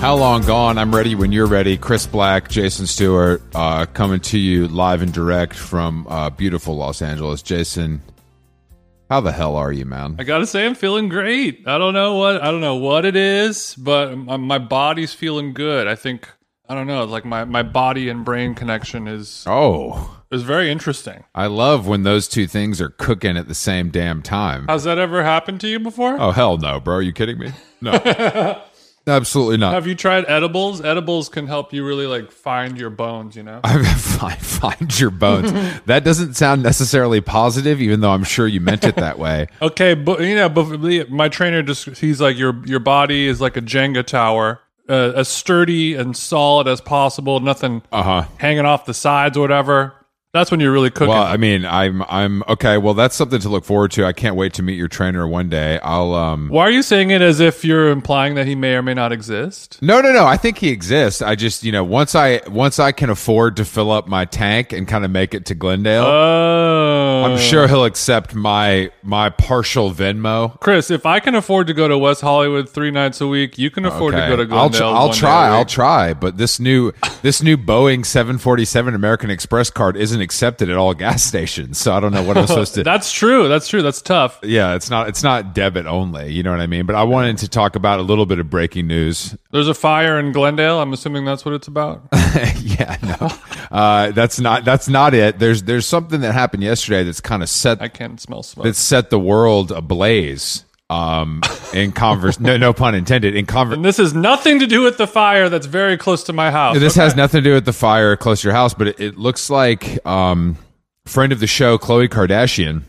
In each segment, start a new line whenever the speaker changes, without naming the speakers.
How long gone? I'm ready when you're ready. Chris Black, Jason Stewart, uh, coming to you live and direct from uh, beautiful Los Angeles. Jason, how the hell are you, man?
I gotta say, I'm feeling great. I don't know what I don't know what it is, but my, my body's feeling good. I think I don't know, like my my body and brain connection is
Oh,
is very interesting.
I love when those two things are cooking at the same damn time.
Has that ever happened to you before?
Oh hell no, bro! Are you kidding me? No, absolutely not.
Have you tried edibles? Edibles can help you really like find your bones. You know,
find, find your bones. that doesn't sound necessarily positive, even though I'm sure you meant it that way.
Okay, but you know, but the- my trainer just—he's like your your body is like a Jenga tower, uh, as sturdy and solid as possible. Nothing
Uh huh.
hanging off the sides or whatever. That's when you're really cooking.
Well, I mean, I'm I'm okay. Well, that's something to look forward to. I can't wait to meet your trainer one day. I'll um.
Why are you saying it as if you're implying that he may or may not exist?
No, no, no. I think he exists. I just you know once I once I can afford to fill up my tank and kind of make it to Glendale,
Oh,
I'm sure he'll accept my my partial Venmo.
Chris, if I can afford to go to West Hollywood three nights a week, you can afford to go to
I'll, tr-
Glendale.
I'll
one
try.
day a
I'll
week.
try. But this new this new Boeing 747 American Express card isn't accepted at all gas stations. So I don't know what I'm supposed to.
That's true. That's true. That's tough.
yeah, it's not it's not debit only. You know what I mean. But I wanted to talk about a little bit of breaking news.
There's a fire in Glendale. I'm assuming that's what it's about.
yeah, no, uh, that's not that's not it. There's there's something that happened yesterday that's kind of set
I can smell smoke.
that set the world ablaze. Um, in converse, no, no pun intended. In converse,
And this has nothing to do with the fire that's very close to my house.
This has nothing to do with the fire close to your house, but it, it looks like um, friend of the show, Chloe Kardashian,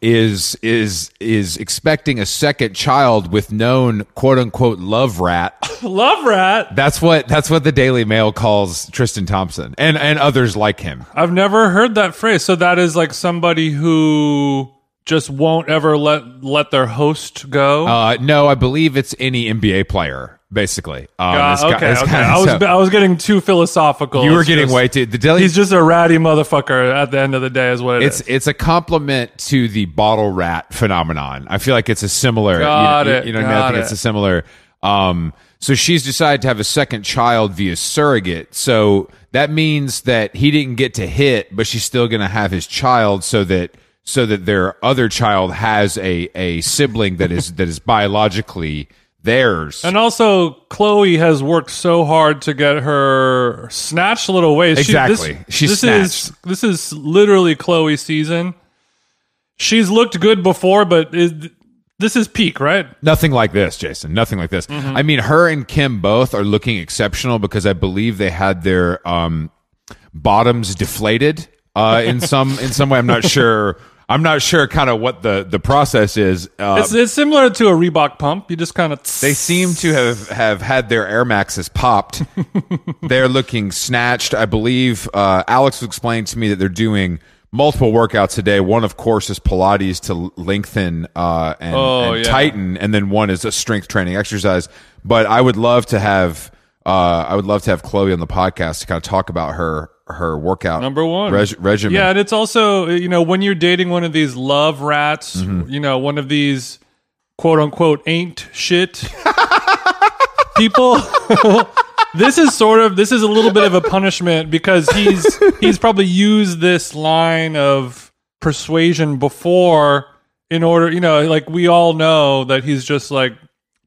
is is is expecting a second child with known quote unquote love rat.
Love rat.
That's what that's what the Daily Mail calls Tristan Thompson and and others like him.
I've never heard that phrase. So that is like somebody who just won't ever let let their host go.
Uh, no, I believe it's any NBA player basically. Um,
Uh,
it's ki-
okay,
it's
okay.
kinda-
I was
so-
I was getting too philosophical.
you were
It's
getting
just-
way too the Daily
He's just a ratty motherfucker. At the end of the day, is what it
It's
is.
it's a compliment to the bottle rat phenomenon. I feel like it's a similar.
Got
you know,
it,
You know what I mean? I
got
think
it.
it's a similar. Um, so she's decided to have a second child via surrogate. So that means that he didn't get to hit, but she's still going to have his child, so that so that their other child has a a sibling that is that is biologically theirs.
And also, Chloe has worked so hard to get her snatch little waist. She- this-
Exactly. She's
this is
snatched.
this is literally Chloe season. She's looked good before, but is, this is peak, right?
Nothing like this, Jason. Nothing like this. I mean, her and Kim both are looking exceptional because I believe they had their um, bottoms deflated uh, in some in some way. I'm not sure. I'm not sure kind of what the the process is. Uh,
It's, it's similar to a Reebok pump. You just kind of
they seem to have have had their Air Maxes popped. they're looking snatched. I believe uh, Alex explained to me that they're doing. Multiple workouts a day. One, of course, is Pilates to lengthen uh, and,
Oh,
and
yeah.
tighten Titan, and then one is a strength training exercise. But I would love to have uh, I would love to have Chloe on the podcast to kind of talk about her her workout
number one
reg- regimen.
Yeah, and it's also you know when you're dating one of these love rats, you know one of these quote unquote ain't shit people. this is sort of this is a little bit of a punishment because he's he's probably used this line of persuasion before in order you know like we all know that he's just like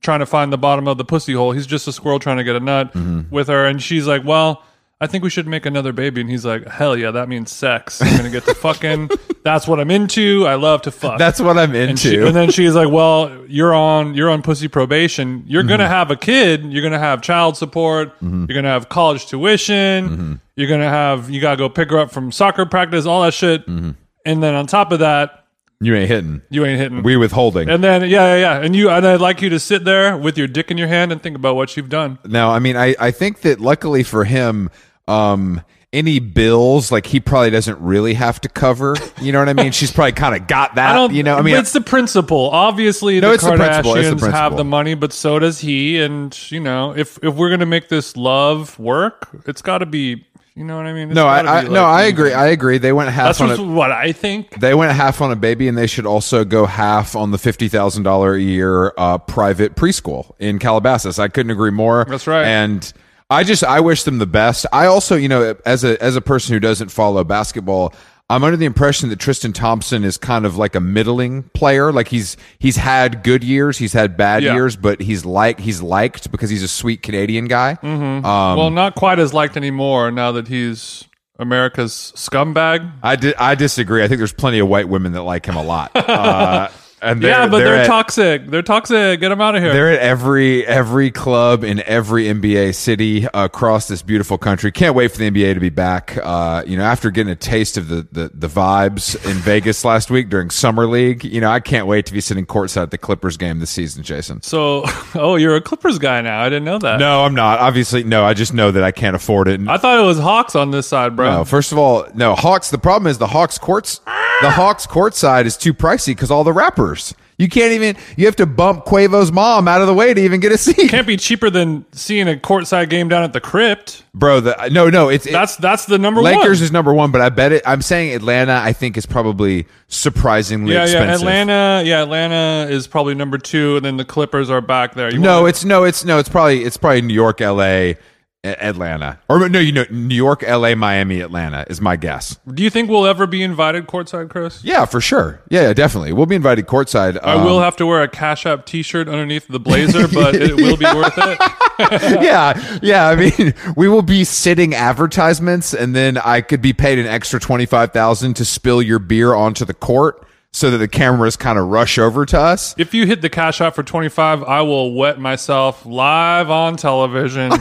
trying to find the bottom of the pussy hole he's just a squirrel trying to get a nut with her and she's like well i think we should make another baby and he's like hell yeah that means sex i'm gonna get to fucking that's what i'm into i love to fuck
that's what I'm
and, she,
into.
and then she's like, "Well, you're on you're on pussy probation. You're gonna have a kid. You're gonna have child support. You're gonna have college tuition. You're gonna have you gotta go pick her up from soccer practice, all that shit. And then on top of that,
you ain't hitting.
you ain't hitting.
We withholding.
and then yeah, yeah, yeah. And you and I'd like you to sit there with your dick in your hand and think about what you've done.
No, I mean, I, I think that luckily for him, um, any bills like he probably doesn't really have to cover. You know what I mean? She's probably kind of got that.
I don't,
you know, I mean,
it's the principle. Obviously,
No,
the
it's the
Kardashians
principle. It's the principle.
have the money, but so does he. And you know, if if we're gonna make this love work, it's got to be You know what I mean? It's
No, I,
gotta
I
be
no,
like-
I agree. I agree. They went half
That's
on
just
a,
what I think.
they went half on a baby, and they should also go half on the fifty thousand dollar a year uh, private preschool in Calabasas. I couldn't agree more.
That's right.
And I just I wish them the best. I also, you know, as a as a person who doesn't follow basketball. I'm under the impression that Tristan Thompson is kind of like a middling player. Like he's he's had good years, he's had bad
Yeah.
years, but he's like he's liked because he's a sweet Canadian guy.
Mm-hmm.
Um,
well, not quite as liked anymore now that he's America's scumbag.
I, di- I disagree. I think there's plenty of white women that like him a lot. Uh, and they're,
yeah, but they're,
at,
toxic. They're toxic. Get them out of here.
They're at every every club in every NBA city across this beautiful country. Can't wait for the NBA to be back. Uh, you know, after getting a taste of the, the the vibes in Vegas last week during summer league, you know, I can't wait to be sitting courtside at the Clippers game this season, Jason.
So, oh, you're a Clippers guy now. I didn't know that.
No, I'm not. Obviously, no. I just know that I can't afford it.
I thought it was Hawks on this side, bro.
No, first of all, no Hawks. The problem is the Hawks courts. The Hawks court side is too pricey because all the rappers. You can't even. You have to bump Quavo's mom out of the way to even get a seat,
Can't be cheaper than seeing a courtside game down at the crypt.
bro. The, no, no, it's it-
That's that's the number one.
Lakers is number one, but I bet it. I'm saying Atlanta. I think is probably surprisingly
yeah,
expensive.
yeah. Atlanta, yeah, Atlanta is probably number two, and then the Clippers are back there. You
No,
wanna-
it's no, it's no, it's probably it's probably New York, L.A., A- Atlanta, or no, you know, New York, L.A., Miami, Atlanta is my guess.
do you think we'll ever be invited courtside, Chris?
Yeah, for sure. Yeah, yeah definitely. We'll be invited courtside. um,
I will have to wear a Cash App T-shirt underneath the blazer, but it will be worth it.
yeah, yeah. I mean, we will be sitting advertisements, and then I could be paid an extra twenty five thousand to spill your beer onto the court, so that the cameras kind of rush over to us.
If you hit the Cash App for twenty five, I will wet myself live on television.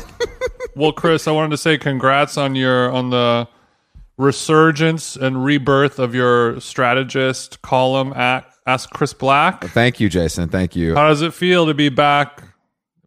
well, Chris, I wanted to say congrats on your on the resurgence and rebirth of your strategist column at Ask Chris Black.
Thank you, Jason. Thank you.
How does it feel to be back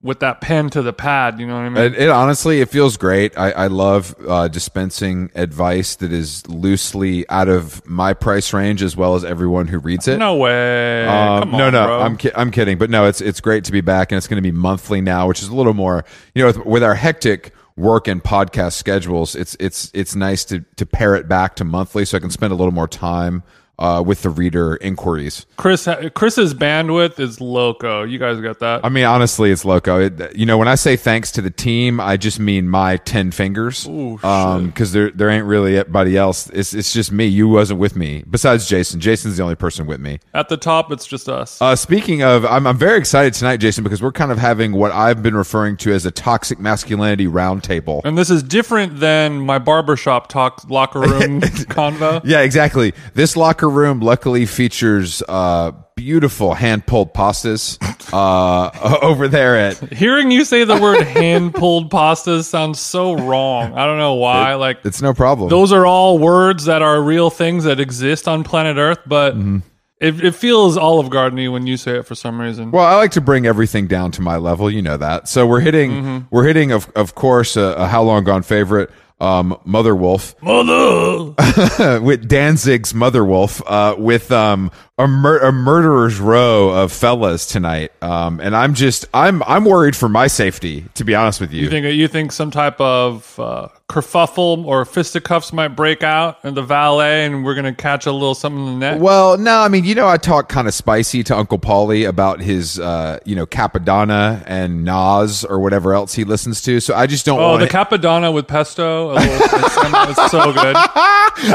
with that pen to the pad? You know what I mean?
It, it honestly, it feels great. I, I love uh, dispensing advice that is loosely out of my price range as well as everyone who reads it.
no way.
Um,
Come on,
no, no,
bro.
I'm ki- I'm kidding. But no, it's it's great to be back, and it's going to be monthly now, which is a little more. You know, with, with our hectic work and podcast schedules, it's it's it's nice to to pare it back to monthly, so I can spend a little more time uh, with the reader inquiries.
Chris. Chris's bandwidth is loco. You guys got that?
I mean, honestly, it's loco. It, you know, when I say thanks to the team, I just mean my ten fingers, because there there ain't really anybody else. It's it's just me. You wasn't with me besides Jason. Jason's the only person with me.
At the top, it's just us.
Uh, speaking of, I'm, I'm very excited tonight, Jason, because we're kind of having what I've been referring to as a toxic masculinity roundtable.
and this is different than my barbershop talk locker room convo.
Yeah, exactly. This locker room luckily features uh, beautiful hand pulled pastas uh, over there at.
Hearing you say the word hand pulled pastas sounds so wrong. I don't know why. like
It's no problem.
those are all words that are real things that exist on planet Earth, but
Mm-hmm.
it, it feels Olive Gardeny when you say it for some reason.
Well, I like to bring everything down to my level. You know that. So we're hitting,
Mm-hmm.
we're hitting, of of course, a, a how long gone favorite, um, Mother Wolf uh,
Mother.
with Danzig's Mother Wolf, uh, with um a, mur- a murderer's row of fellas tonight. Um, and I'm just, I'm, I'm worried for my safety, to be honest with
You think you think some type of uh, kerfuffle or fisticuffs might break out in the valet, and we're gonna catch a little something in the neck.
Well, no, I mean, you know, I talked kind of spicy to Uncle Paulie about his, uh, you know, Capadonna and Nas or whatever else he listens to. So I just don't
Oh,
want.
the capadonna with pesto. A little, it's, it's so good.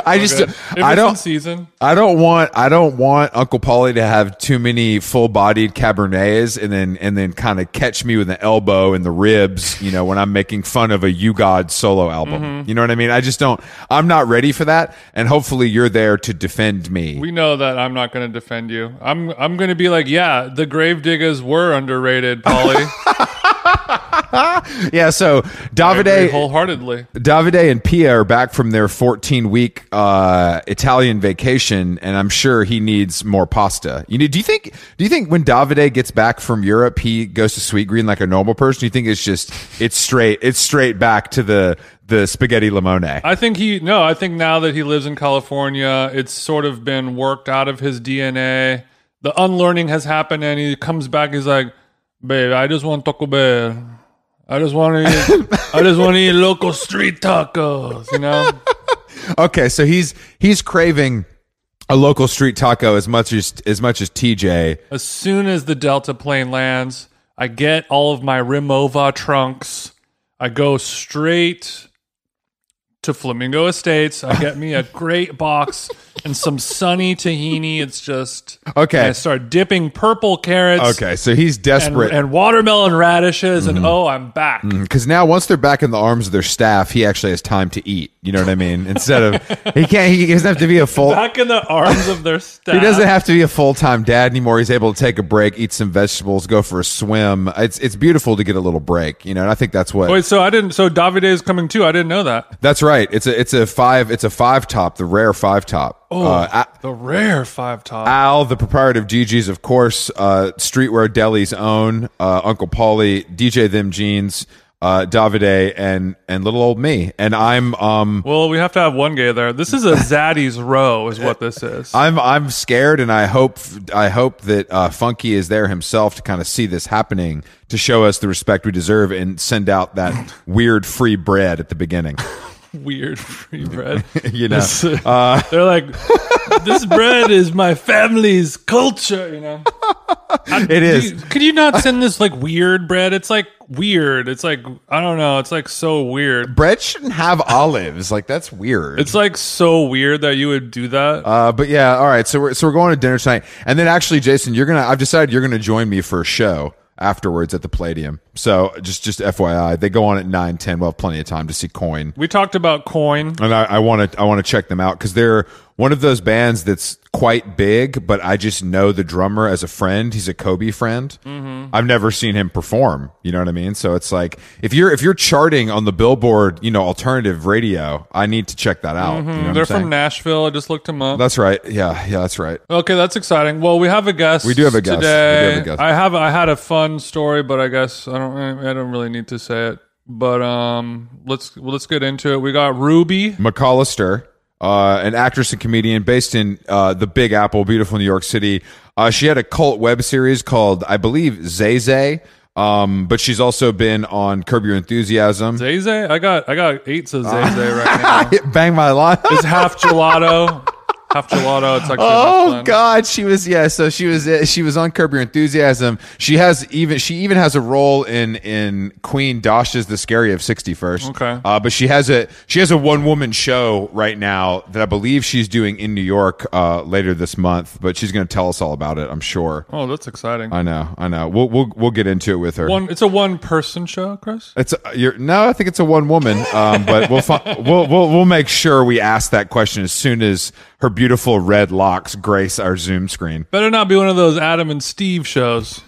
I just,
Good. If
I
it's
don't.
in season.
I don't want I don't want Uncle Polly to have too many full bodied cabernets and then and then kind of catch me with an elbow in the ribs, you know, when I'm making fun of a You God solo album.
Mm-hmm.
You know what I mean? I just don't I'm not ready for that. And hopefully you're there to defend me.
We know that I'm not going to defend you. I'm I'm going to be like, yeah, the Gravediggers were underrated, Polly.
yeah, so
Agree
Davide
wholeheartedly.
Davide and Pia are back from their 14 week uh, Italian vacation, and I'm sure he needs more pasta. You need, do you think? Do you think when Davide gets back from Europe, he goes to Sweet Green like a normal person? Do you think it's just it's straight it's straight back to the the spaghetti limone?
I think he no. I think now that he lives in California, it's sort of been worked out of his DNA. The unlearning has happened, and he comes back. He's like, babe, I just want Taco Bell. I just want to eat, I just want to eat local street tacos, you know?
Okay, so he's he's craving a local street taco as much as as much as TJ.
As soon as the Delta plane lands, I get all of my Remova trunks. I go straight to Flamingo Estates. I get me a great box and some sunny tahini. It's just
Okay.
and I start dipping purple carrots
Okay, Mm-hmm. so he's
and,
desperate
and watermelon radishes, and oh, I'm back.
because now once they're back in the arms of their staff, he actually has time to eat. You know what I mean? Instead of he can't, he doesn't have to be a full.
Back in the arms of their staff.
He doesn't have to be a full time dad anymore. He's able to take a break, eat some vegetables, go for a swim. It's it's beautiful to get a little break, you know. And I think that's what
Wait, so I didn't. So Davide is coming too. I didn't know that.
that's right. It's a it's a five it's a five top, the rare five top. Oh, uh,
the rare five top.
Al, the proprietor of Gigi's, of course, uh, Streetwear Deli's own uh, Uncle Paulie, DJ Them Jeans, uh, Davide, and and little old me, and I'm um
well, we have to have one gay there. This is a Zaddy's row, is what this is.
I'm I'm scared, and I hope I hope that uh, Funky is there himself to kind of see this happening, to show us the respect we deserve, and send out that weird free bread at the beginning.
Weird free bread.
You know,
This-
Uh,
they're like, this bread is my family's culture. You know,
it is.
could you not send this like weird bread? It's like weird. It's like I don't know. It's like so weird.
Bread shouldn't have olives. Like that's weird.
It's like so weird that you would do that.
Uh, but yeah, all right. So we're so we're going to dinner tonight, and then actually, Jason, you're gonna. I've decided you're gonna join me for a show afterwards at the Palladium. So just just FYI, they go on at nine ten. We'll have plenty of time to see Coin,
we talked about coin.
and I want to I want to check them out because they're one of those bands that's quite big, but I just know the drummer as a friend. He's a Kobe friend.
Mm-hmm.
I've never seen him perform. You know what I mean? So it's like if you're if you're charting on the Billboard, you know, alternative radio, I need to check that out. You know what
Mm-hmm. They're
I'm saying?
from Nashville. I just looked them up.
that's right. Yeah, yeah, that's right.
Okay, that's exciting. Well, we have a guest. We
do have a guest. We do
today.
have a guest.
I have. I had a fun story, but I guess I don't. I don't really need to say it. But um, let's well, let's get into it. We got Ruby.
McAllister, uh, an actress and comedian based in uh, the Big Apple, beautiful New York City. Uh, she had a cult web series called, I believe, Zay Zay. Um, but she's also been on Curb Your Enthusiasm.
Zay Zay. I got. I got eight
Ah.
to Zay Zay right now.
Bang my line.
It's half gelato. half gelato. It's actually.
Oh
half blend.
God, she was yeah. So she was eh, she was on Curb Your Enthusiasm. She has even she even has a role in in Queen Dasha's The Scary of Sixty First.
Okay.
uh, but she has a she has a one woman show right now that I believe she's doing in New York uh, later this month. But she's going to tell us all about it. I'm sure.
Oh, that's exciting.
I know. I know. We'll we'll we'll get into it with her.
One. It's a one person show, Chris.
It's a, you're, no, I think it's a one woman. Um, but we'll, fi- we'll we'll we'll make sure we ask that question as soon as her beautiful red locks grace our Zoom screen.
Better not be one of those Adam and Steve shows.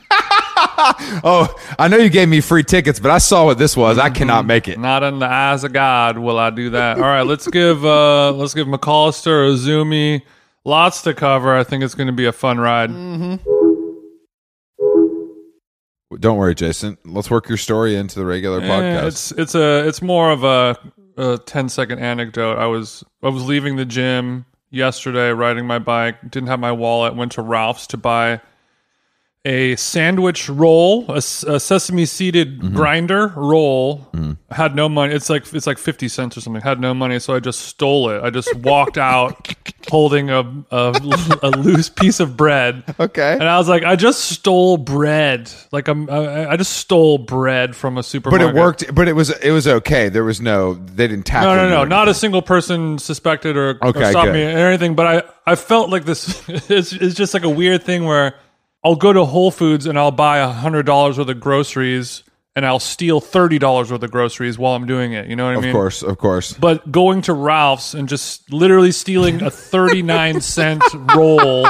Oh, I know you gave me free tickets, but I saw what this was. I
Mm-hmm.
cannot make it.
Not in the eyes of God will I do that. All right, let's give uh let's give McAllister Ozumi lots to cover. I think it's going to be a fun ride.
Don't worry, Jason. Let's work your story into the regular
Eh,
podcast.
It's it's a it's more of a, a 10 second anecdote. I was I was leaving the gym yesterday riding my bike, didn't have my wallet, went to Ralph's to buy a sandwich roll, a, s- a sesame seeded grinder roll. Had no money. It's like it's like fifty cents or something. Had no money, so I just stole it. I just walked out holding a, a a loose piece of bread.
Okay.
And I was like, I just stole bread. Like I'm, I, I just stole bread from a
But
supermarket.
it worked. But it was it was okay. There was no they didn't tackle.
No, no,
you
no.
or
Not a single person suspected or, or
Okay,
stopped
good.
me or anything. But I, I felt like this is it's just like a weird thing where I'll go to Whole Foods and I'll buy a hundred dollars worth of groceries and I'll steal thirty dollars worth of groceries while I'm doing it. You know what I
anything.
mean?
Of course, of course.
But going to Ralph's and just literally stealing a thirty-nine cent roll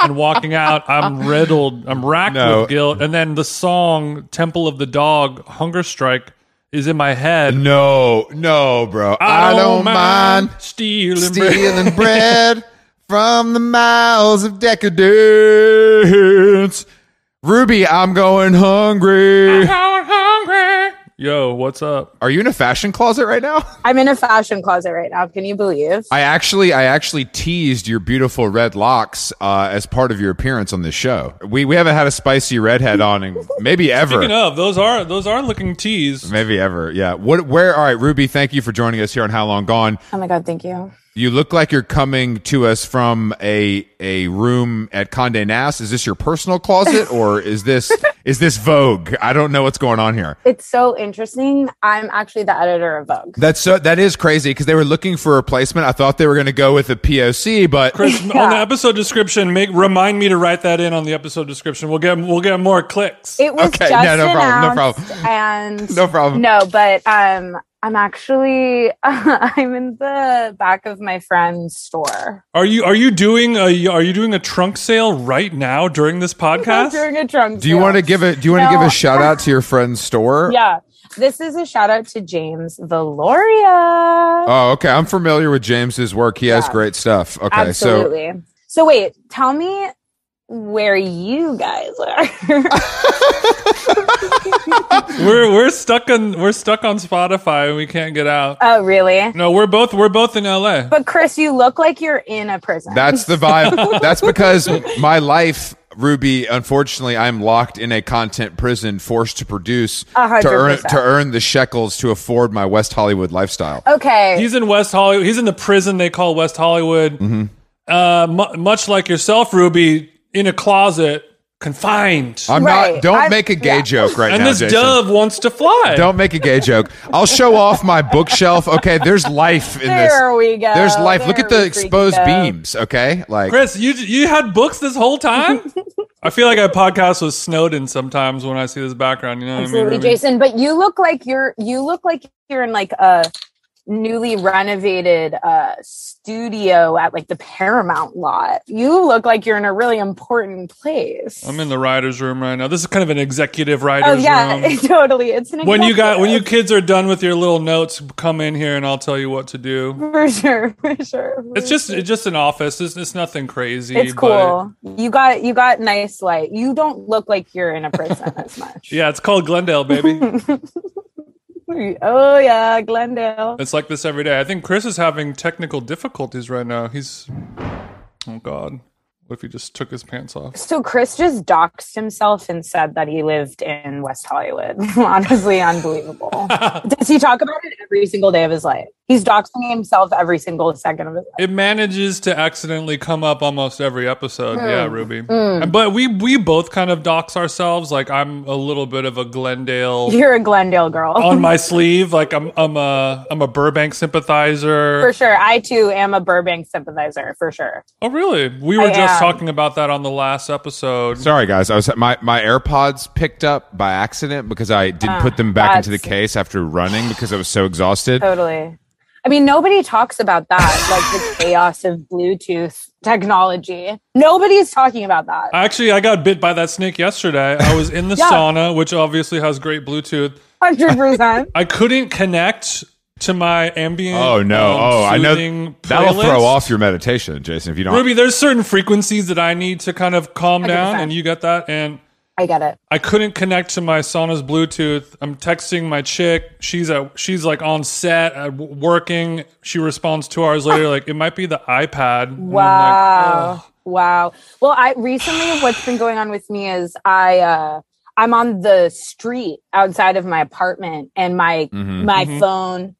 and walking out, I'm riddled. I'm racked
No.
with guilt. And then the song "Temple of the Dog" hunger strike is in my head.
No, no, bro. I, don't mind
stealing. bread.
stealing bread from the miles of decadence. Ruby, I'm going hungry.
I'm hungry. Yo, what's up?
Are you in a fashion closet right now?
I'm in a fashion closet right now. Can you believe?
I actually, I actually teased your beautiful red locks uh, as part of your appearance on this show. We we haven't had a spicy redhead on, in maybe
Speaking
ever,
of, those are those are looking tees.
maybe ever. Yeah. What? Where? All right, Ruby. Thank you for joining us here on How Long Gone.
oh my god, thank you.
You look like you're coming to us from a a room at Condé Nast. Is this your personal closet or is this is this Vogue? I don't know what's going on here.
It's so interesting. I'm actually the editor of Vogue.
That's so that is crazy because they were looking for a replacement. I thought they were going to go with a POC, but
Chris,
Yeah.
on the episode description, make remind me to write that in on the episode description. We'll get we'll get more clicks.
It was
Okay,
just
no, no problem, no
announced
problem.
and
no problem.
no, but um I'm actually I'm in the back of my friend's store.
Are you are you doing a are you doing a trunk sale right now during this
I'm
podcast?
doing a trunk
Do you
sale.
want to give a Do you want to
No.
give a shout out to your friend's store?
Yeah. This is a shout out to James Valoria.
Oh, okay. I'm familiar with James's work. He has
Yeah.
great stuff. Okay, so
Absolutely. So, wait, tell me where you guys are.
We're we're stuck on we're stuck on Spotify and we can't get out.
oh, really?
No, we're both we're both in LA.
But Chris, you look like you're in a prison.
that's the vibe. that's because my life, Ruby. Unfortunately, I'm locked in a content prison, forced to produce
A hundred
to earn
percent. Uh,
to earn the shekels to afford my West Hollywood lifestyle.
okay.
He's in West Hollywood. He's in the prison they call West Hollywood.
Mm-hmm.
Uh, mu- much like yourself, Ruby, in a closet, confined.
I'm not.
Right.
Don't
I've-
make a gay
yeah.
joke right
and
now,
this
Jason.
dove wants to fly.
Don't make a gay joke. I'll show off my bookshelf. Okay, there's life in this.
There we go.
There's life. Look
There
at the
we freaking
exposed
go.
beams. Okay, like
Chris, you you had books this whole time. I feel like I podcast with Snowden sometimes when I see this background. You know what I
Absolutely,
mean?
Jason. But you look like you're you look like you're in like a newly renovated uh studio at like the Paramount lot. You look like you're in a really important place.
I'm in the writers' room right now. This is kind of an executive writers'
Oh yeah,
room.
totally. It's an
When you got when you
executive.
kids are done with your little notes, come in here and I'll tell you what to do.
for sure, for sure. for
It's just
sure.
it's just an office. It's, it's nothing crazy.
it's
but-
cool. You got you got nice light. You don't look like you're in a prison as much.
yeah, it's called Glendale, baby.
Oh yeah, Glendale.
it's like this every day. I think Chris is having technical difficulties right now. He's oh god, what if he just took his pants off?
So Chris just doxed himself and said that he lived in West Hollywood. Honestly, unbelievable. Does he talk about it every single day of his life? He's doxing himself every single second of his life.
It manages to accidentally come up almost every episode.
Mm.
Yeah, Ruby. But we we both kind of dox ourselves. Like I'm a little bit of a Glendale
You're a Glendale girl.
on my sleeve. Like I'm I'm a I'm a Burbank sympathizer.
for sure. I too am a Burbank sympathizer, for sure.
Oh really? We were
I
just
am.
talking about that on the last episode.
Sorry, guys. I was my my AirPods picked up by accident because I didn't put them back into the
that's- Oh,
case after running because I was so exhausted.
Totally. I mean, nobody talks about that, like the chaos of Bluetooth technology. Nobody's talking about that.
Actually, I got bit by that snake yesterday. I was in the
Yeah.
sauna, which obviously has great Bluetooth.
100%.
I couldn't connect to my ambient.
Oh no!
um,
oh, I know
soothing
that'll
playlist.
throw off your meditation, Jason. If you don't,
Ruby, there's certain frequencies that I need to kind of calm down,
100%.
and you got that. And
I get it.
I couldn't connect to my sauna's Bluetooth. I'm texting my chick. She's at, she's like on set, uh, w- working. She responds two hours later, like it might be the iPad. And I'm like,
Wow.
ugh.
wow. Well, I recently what's been going on with me is I uh I'm on the street outside of my apartment and my
Mhm.
my
Mhm.
phone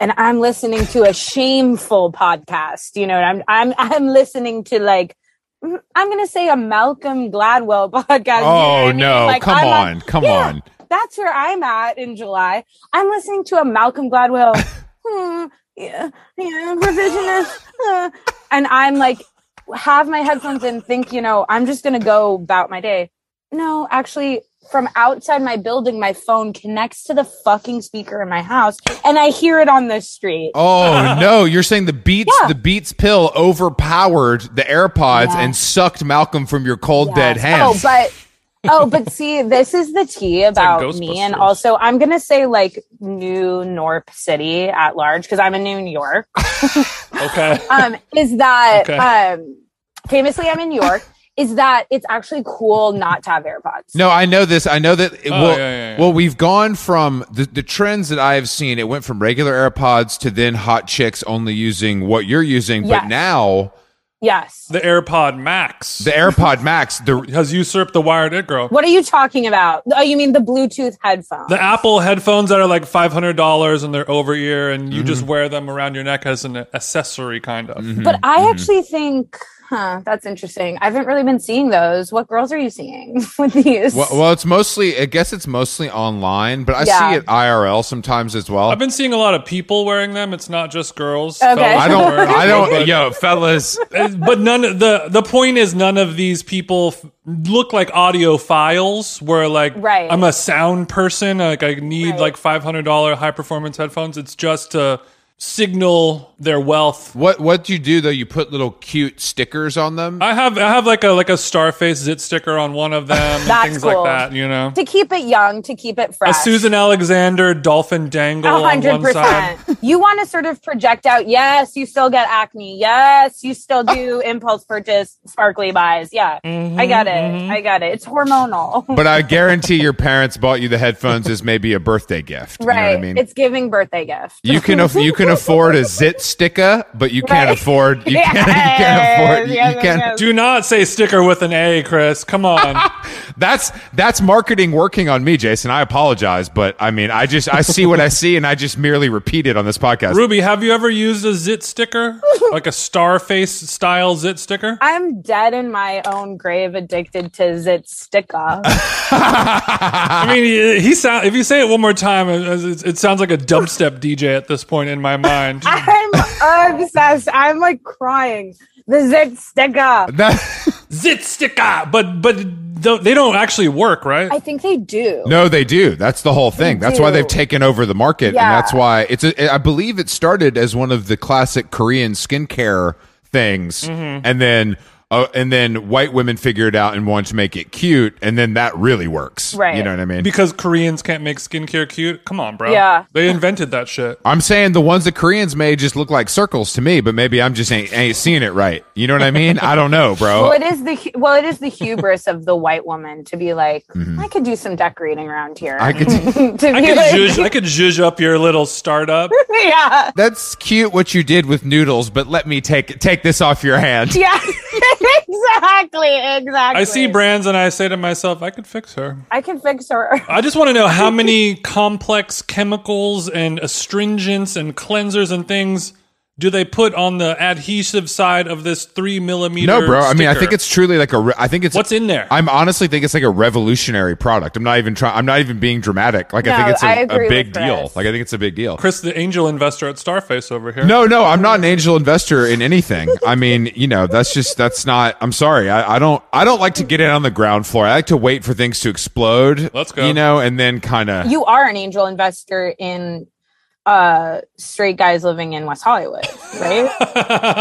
and I'm listening to a shameful podcast, you know, and I'm I'm I'm listening to like mm, I'm gonna say a Malcolm Gladwell podcast. you know what I
oh
mean?
no!
Like,
come
I'm a-
on! come
Yeah.
on!
that's where I'm at in July. I'm listening to a Malcolm Gladwell, hmm, yeah, yeah, revisionist, uh, and I'm like, have my headphones and think, you know, I'm just gonna go about my day. No, actually, from outside my building, my phone connects to the fucking speaker in my house, and I hear it on the street.
Oh no! You're saying the Beats
Yeah.
the Beats pill overpowered the AirPods
Yeah.
and sucked Malcolm from your cold
Yes.
dead hands.
Oh, but oh, but see, this is the tea
like
about me, and
Ghostbusters.
also I'm gonna say like New North City at large because I'm in New York.
"Oh, Okay.
um, is that
Okay.
um, famously I'm in New York is that it's actually cool not to have AirPods.
No, I know this. I know that. It,
Oh,
well,
yeah, yeah, yeah.
well, we've gone from the, the trends that I have seen. It went from regular AirPods to then hot chicks only using what you're using.
Yes.
But now
Yes.
The AirPod Max
the AirPod Max, the
has usurped the wired in, girl.
What are you talking about? Oh, you mean the Bluetooth headphones?
The Apple headphones that are like five hundred dollars and they're over ear, and you
Mm-hmm.
just wear them around your neck as an accessory, kind of.
but
mm-hmm.
I actually think, huh, that's interesting. I haven't really been seeing those. What girls are you seeing with these?
well, well, it's mostly. I guess it's mostly online, but I
Yeah.
see it IRL sometimes as well.
I've been seeing a lot of people wearing them. It's not just girls.
Okay.
Fellas
I
are
don't.
wearing
I
them,
don't. yo, fellas.
But, Uh, but none. The the point is, none of these people f- look like audiophiles. Where like,
Right.
I'm a sound person. Like I need
Right.
like five hundred dollar high performance headphones. It's just to signal their wealth.
What What do you do though? You put little cute stickers on them.
I have I have like a like a Starface zit sticker on one of them. and
That's
things
cool.
like that. You know.
to keep it young, to keep it
a
fresh.
Susan Alexander dolphin dangle on
A hundred
one side.
percent. You want to sort of project out. Yes, you still get acne. Yes, you still do impulse purchase sparkly buys. Yeah, I got it.
Mm-hmm.
I got it. It's hormonal,
but I guarantee your parents bought you the headphones as maybe a birthday gift. You know
right?
what I mean?
It's giving birthday gift.
You can aff you can afford a zit sticker, but you can't
Right.
afford you can't, you
Yes,
can't afford you,
yes,
you can't.
yes.
Do not say sticker with an A, Chris. Come on.
That's that's marketing working on me, Jason. I apologize, but I mean, I just I see what I see, and I just merely repeat it on this podcast.
Ruby, have you ever used a zit sticker? Like a starface style zit sticker?
I'm dead in my own grave, addicted to zit sticker.
I mean, he, he sound, if you say it one more time, it, it, it sounds like a dubstep DJ at this point in my mind.
I'm obsessed. I'm like crying. The zit sticker.
That-
zit sticker! But, but th- they don't actually work, right?
I think they do.
no, they do. That's the whole thing. That's why
do.
they've taken over the market,
Yeah.
and that's why it's. A, I believe it started as one of the classic Korean skincare things,
Mm-hmm.
and then. Uh, and then white women figure it out and want to make it cute, and then that really works.
Right.
You know what I mean?
because Koreans can't make skincare cute? Come on, bro.
Yeah.
They invented that shit.
I'm saying the ones the Koreans made just look like circles to me, but maybe I'm just ain't, ain't seeing it right. You know what I mean? I don't know,
Well,
bro.
it is the hu- well, it is the hubris of the white woman to be like, I could do some decorating around here.
Mm-hmm. I could.
to be
I could,
like,
zhuzh, I could zhuzh up your little startup.
yeah,
That's cute what you did with noodles, but let me take take this off your hand.
yeah, exactly, exactly.
I see brands and I say to myself, I could fix her.
I can fix her.
I just want to know how many complex chemicals and astringents and cleansers and things do they put on the adhesive side of this three millimeter?
No, bro. I mean, I
sticker?
think it's truly like a. Re- I think it's
what's in there.
I'm honestly think it's like a revolutionary product. I'm not even trying. I'm not even being dramatic. Like I
No,
think it's
I
a-
agree
a,
with
big deal.
Chris.
Like I think it's a big deal.
Chris, the angel investor at Starface over here.
No, no, I'm not an angel investor in anything. I mean, you know, that's just that's not. I'm sorry, I, I don't. I don't like to get in on the ground floor. I like to wait for things to explode.
Let's go.
You know, and then kind of.
You are an angel investor in uh straight guys living in West Hollywood, right?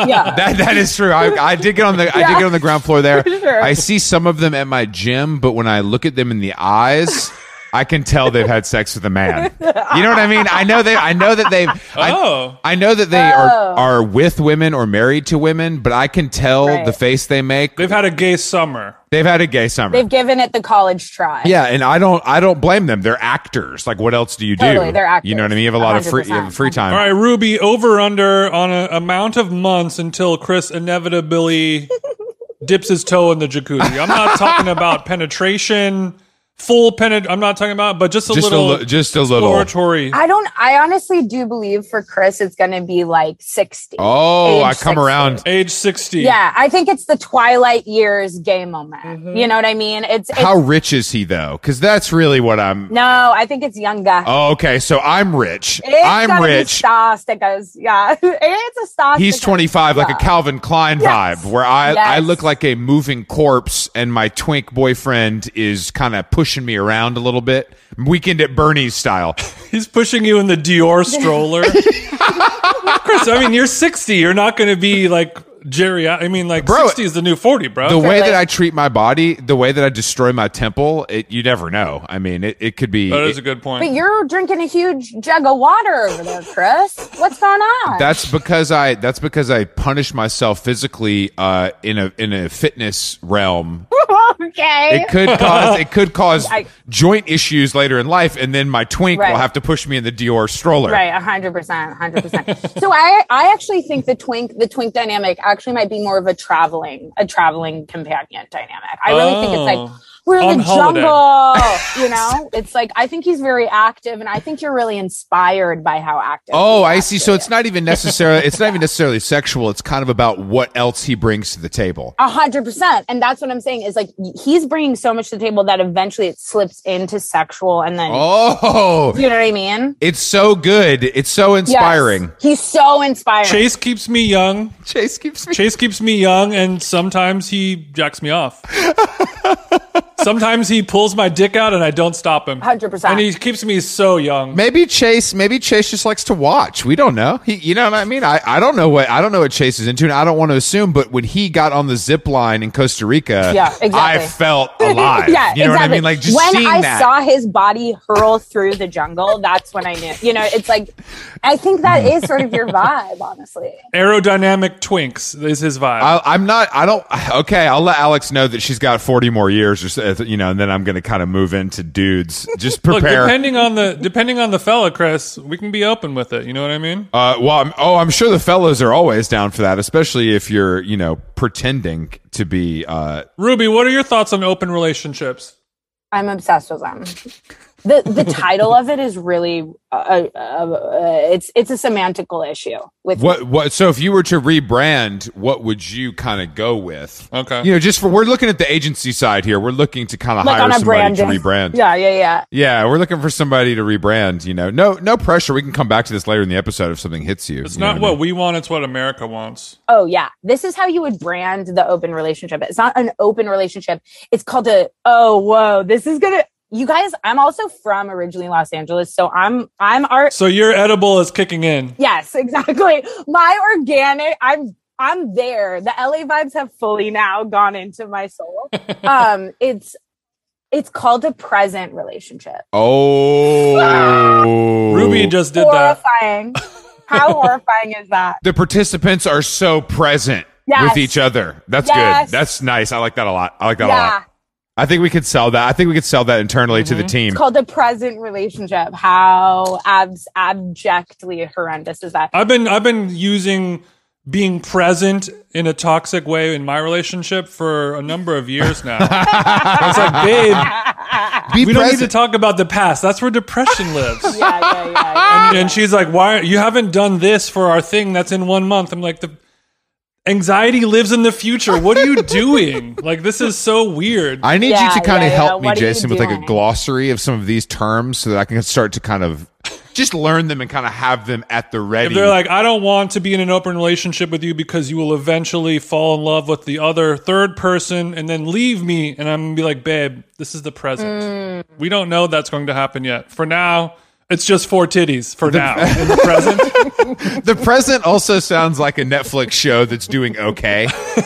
yeah.
That that is true. I, I did get on the I did get on the ground floor there.
sure.
I see some of them at my gym, but when I look at them in the eyes. I can tell they've had sex with a man. You know what I mean? I know they. I know that they've. I-
Oh.
I know that they
Oh.
are are with women or married to women, but I can tell
Right.
the face they make.
They've had a gay summer.
They've had a gay summer.
They've given it the college try.
Yeah, and I don't I don't blame them. They're actors. Like what else do you do?
Totally, they're actors.
You know what I mean? You have a lot of free you have
100%.
free time.
All right, Ruby, over under on an amount of months until Chris inevitably dips his toe in the jacuzzi. I'm not talking about penetration, full penetration. I'm not talking about, but just a
Just a
little,
li- just a little.
exploratory.
I don't. I honestly do believe for Chris, it's going to be like sixty.
Oh,
Age
I come
60.
around.
Age 60.
Yeah, I think it's the twilight years gay moment.
Mm-hmm.
You know what I mean? It's, it's
How rich is he though? Cuz that's really what I'm
no, I think it's younger.
Oh, okay. So I'm rich.
It's
I'm
gotta be
rich.
Star stickers. Yeah. It's a star
He's
sticker.
25 like a Calvin Klein
Yes.
vibe where I I
Yes.
look like a moving corpse and my twink boyfriend is kind of pushing me around a little bit. Weekend at Bernie's style.
He's pushing you in the Dior stroller. Chris, I mean, you're 60. You're not going to be like Jerry, I mean, like
Bro,
60 is the new 40, bro.
the way
like-
that I treat my body, the way that I destroy my temple, it, you never know. I mean, it, it could be.
that is
it-
a good point.
But you're drinking a huge jug of water over there, Chris. What's going on?
that's because I. That's because I punish myself physically uh, in a in a fitness realm.
okay.
It could cause it could cause
I-
joint issues later in life, and then my twink
Right.
will have to push me in the Dior stroller.
Right, a hundred percent, a hundred percent. So I, I actually think the twink, the twink dynamic actually might be more of a traveling, a traveling companion dynamic. I really think it's like
Oh.
we're
On
in the
holiday.
jungle, you know. It's like I think he's very active, and I think you're really inspired by how active.
Oh,
he
I
acts
see. So
is.
it's not even necessarily it's not even necessarily sexual. It's kind of about what else he brings to the table.
A hundred percent, and that's what I'm saying is like he's bringing so much to the table that eventually it slips into sexual, and then
Oh,
you know what I mean.
it's so good. It's so
Yes.
inspiring.
He's so inspiring.
Chase keeps me young.
Chase keeps me.
Chase keeps me young, and sometimes he jacks me off. sometimes he pulls my dick out, and I don't stop him.
100%.
And he keeps me so young.
Maybe Chase. Maybe Chase just likes to watch. We don't know. He, you know what I mean? I, I don't know what I don't know what Chase is into, and I don't want to assume. But when he got on the zip line in Costa Rica,
Yeah, exactly.
I felt alive.
yeah,
you know
exactly.
what I mean? Like just
when
seeing
I
that.
saw his body hurl through the jungle, that's when I knew. You know, it's like I think that
Hmm.
is sort of your vibe, honestly.
Aerodynamic twinks is his vibe.
I, I'm not. I don't. Okay, I'll let Alex know that she's got 40 more years, or so, you know, and then I'm going to kind of move into dudes. Just
Look,
prepare.
depending on the depending on the fella, Chris, we can be open with it. You know what I mean?
uh, well, I'm, oh, I'm sure the fellows are always down for that, especially if you're, you know, pretending to be. Uh,
Ruby, what are your thoughts on open relationships?
I'm obsessed with them. the The title of it is really uh, uh, uh, it's it's a semantical issue with
what? What? So, if you were to rebrand, what would you kind of go with?
Okay.
You know, just for we're looking at the agency side here. We're looking to kind of
like
hire
on a
somebody
brand.
to rebrand.
Yeah, yeah, yeah.
Yeah, we're looking for somebody to rebrand. You know, no, no pressure. We can come back to this later in the episode if something hits you.
It's not what we want; it's what America wants.
Oh yeah, this is how you would brand the open relationship. It's not an open relationship. It's called a oh whoa. This is gonna. You guys, I'm also from originally Los Angeles, so I'm I'm our
So your edible is kicking in.
yes exactly. My organic, I'm I'm there. The LA vibes have fully now gone into my soul. um, it's it's called a present relationship.
Oh,
Ruby just did that.
horrifying. How horrifying is that?
the participants are so present
Yes.
with each other. That's
Yes.
good. That's nice. I like that a lot. I like that a
Yeah, Mm-hmm.
lot. I think we could sell that. I think we could sell that internally to the team.
it's called a present relationship. How abs- abjectly horrendous is that?
I've been I've been using being present in a toxic way in my relationship for a number of years now. it's like, babe,
Be
we don't need to talk about the past. That's where depression lives.
yeah, yeah, yeah, yeah.
And, and she's like, "Why you haven't done this for our thing that's in one month?" I'm like, "The anxiety lives in the future. What are you doing? Like, this is so weird."
I need
Yeah,
you to kind
yeah,
of
yeah.
help me,
What are you
Jason, with like a
doing?
glossary of some of these terms so that I can start to kind of just learn them and kind of have them at the ready.
If they're like, I don't want to be in an open relationship with you because you will eventually fall in love with the other third person and then leave me. And I'm going to be like, babe, this is the present. We don't know that's going to happen yet. For now, it's just four titties for now in the present.
the present also sounds like a Netflix show that's doing okay,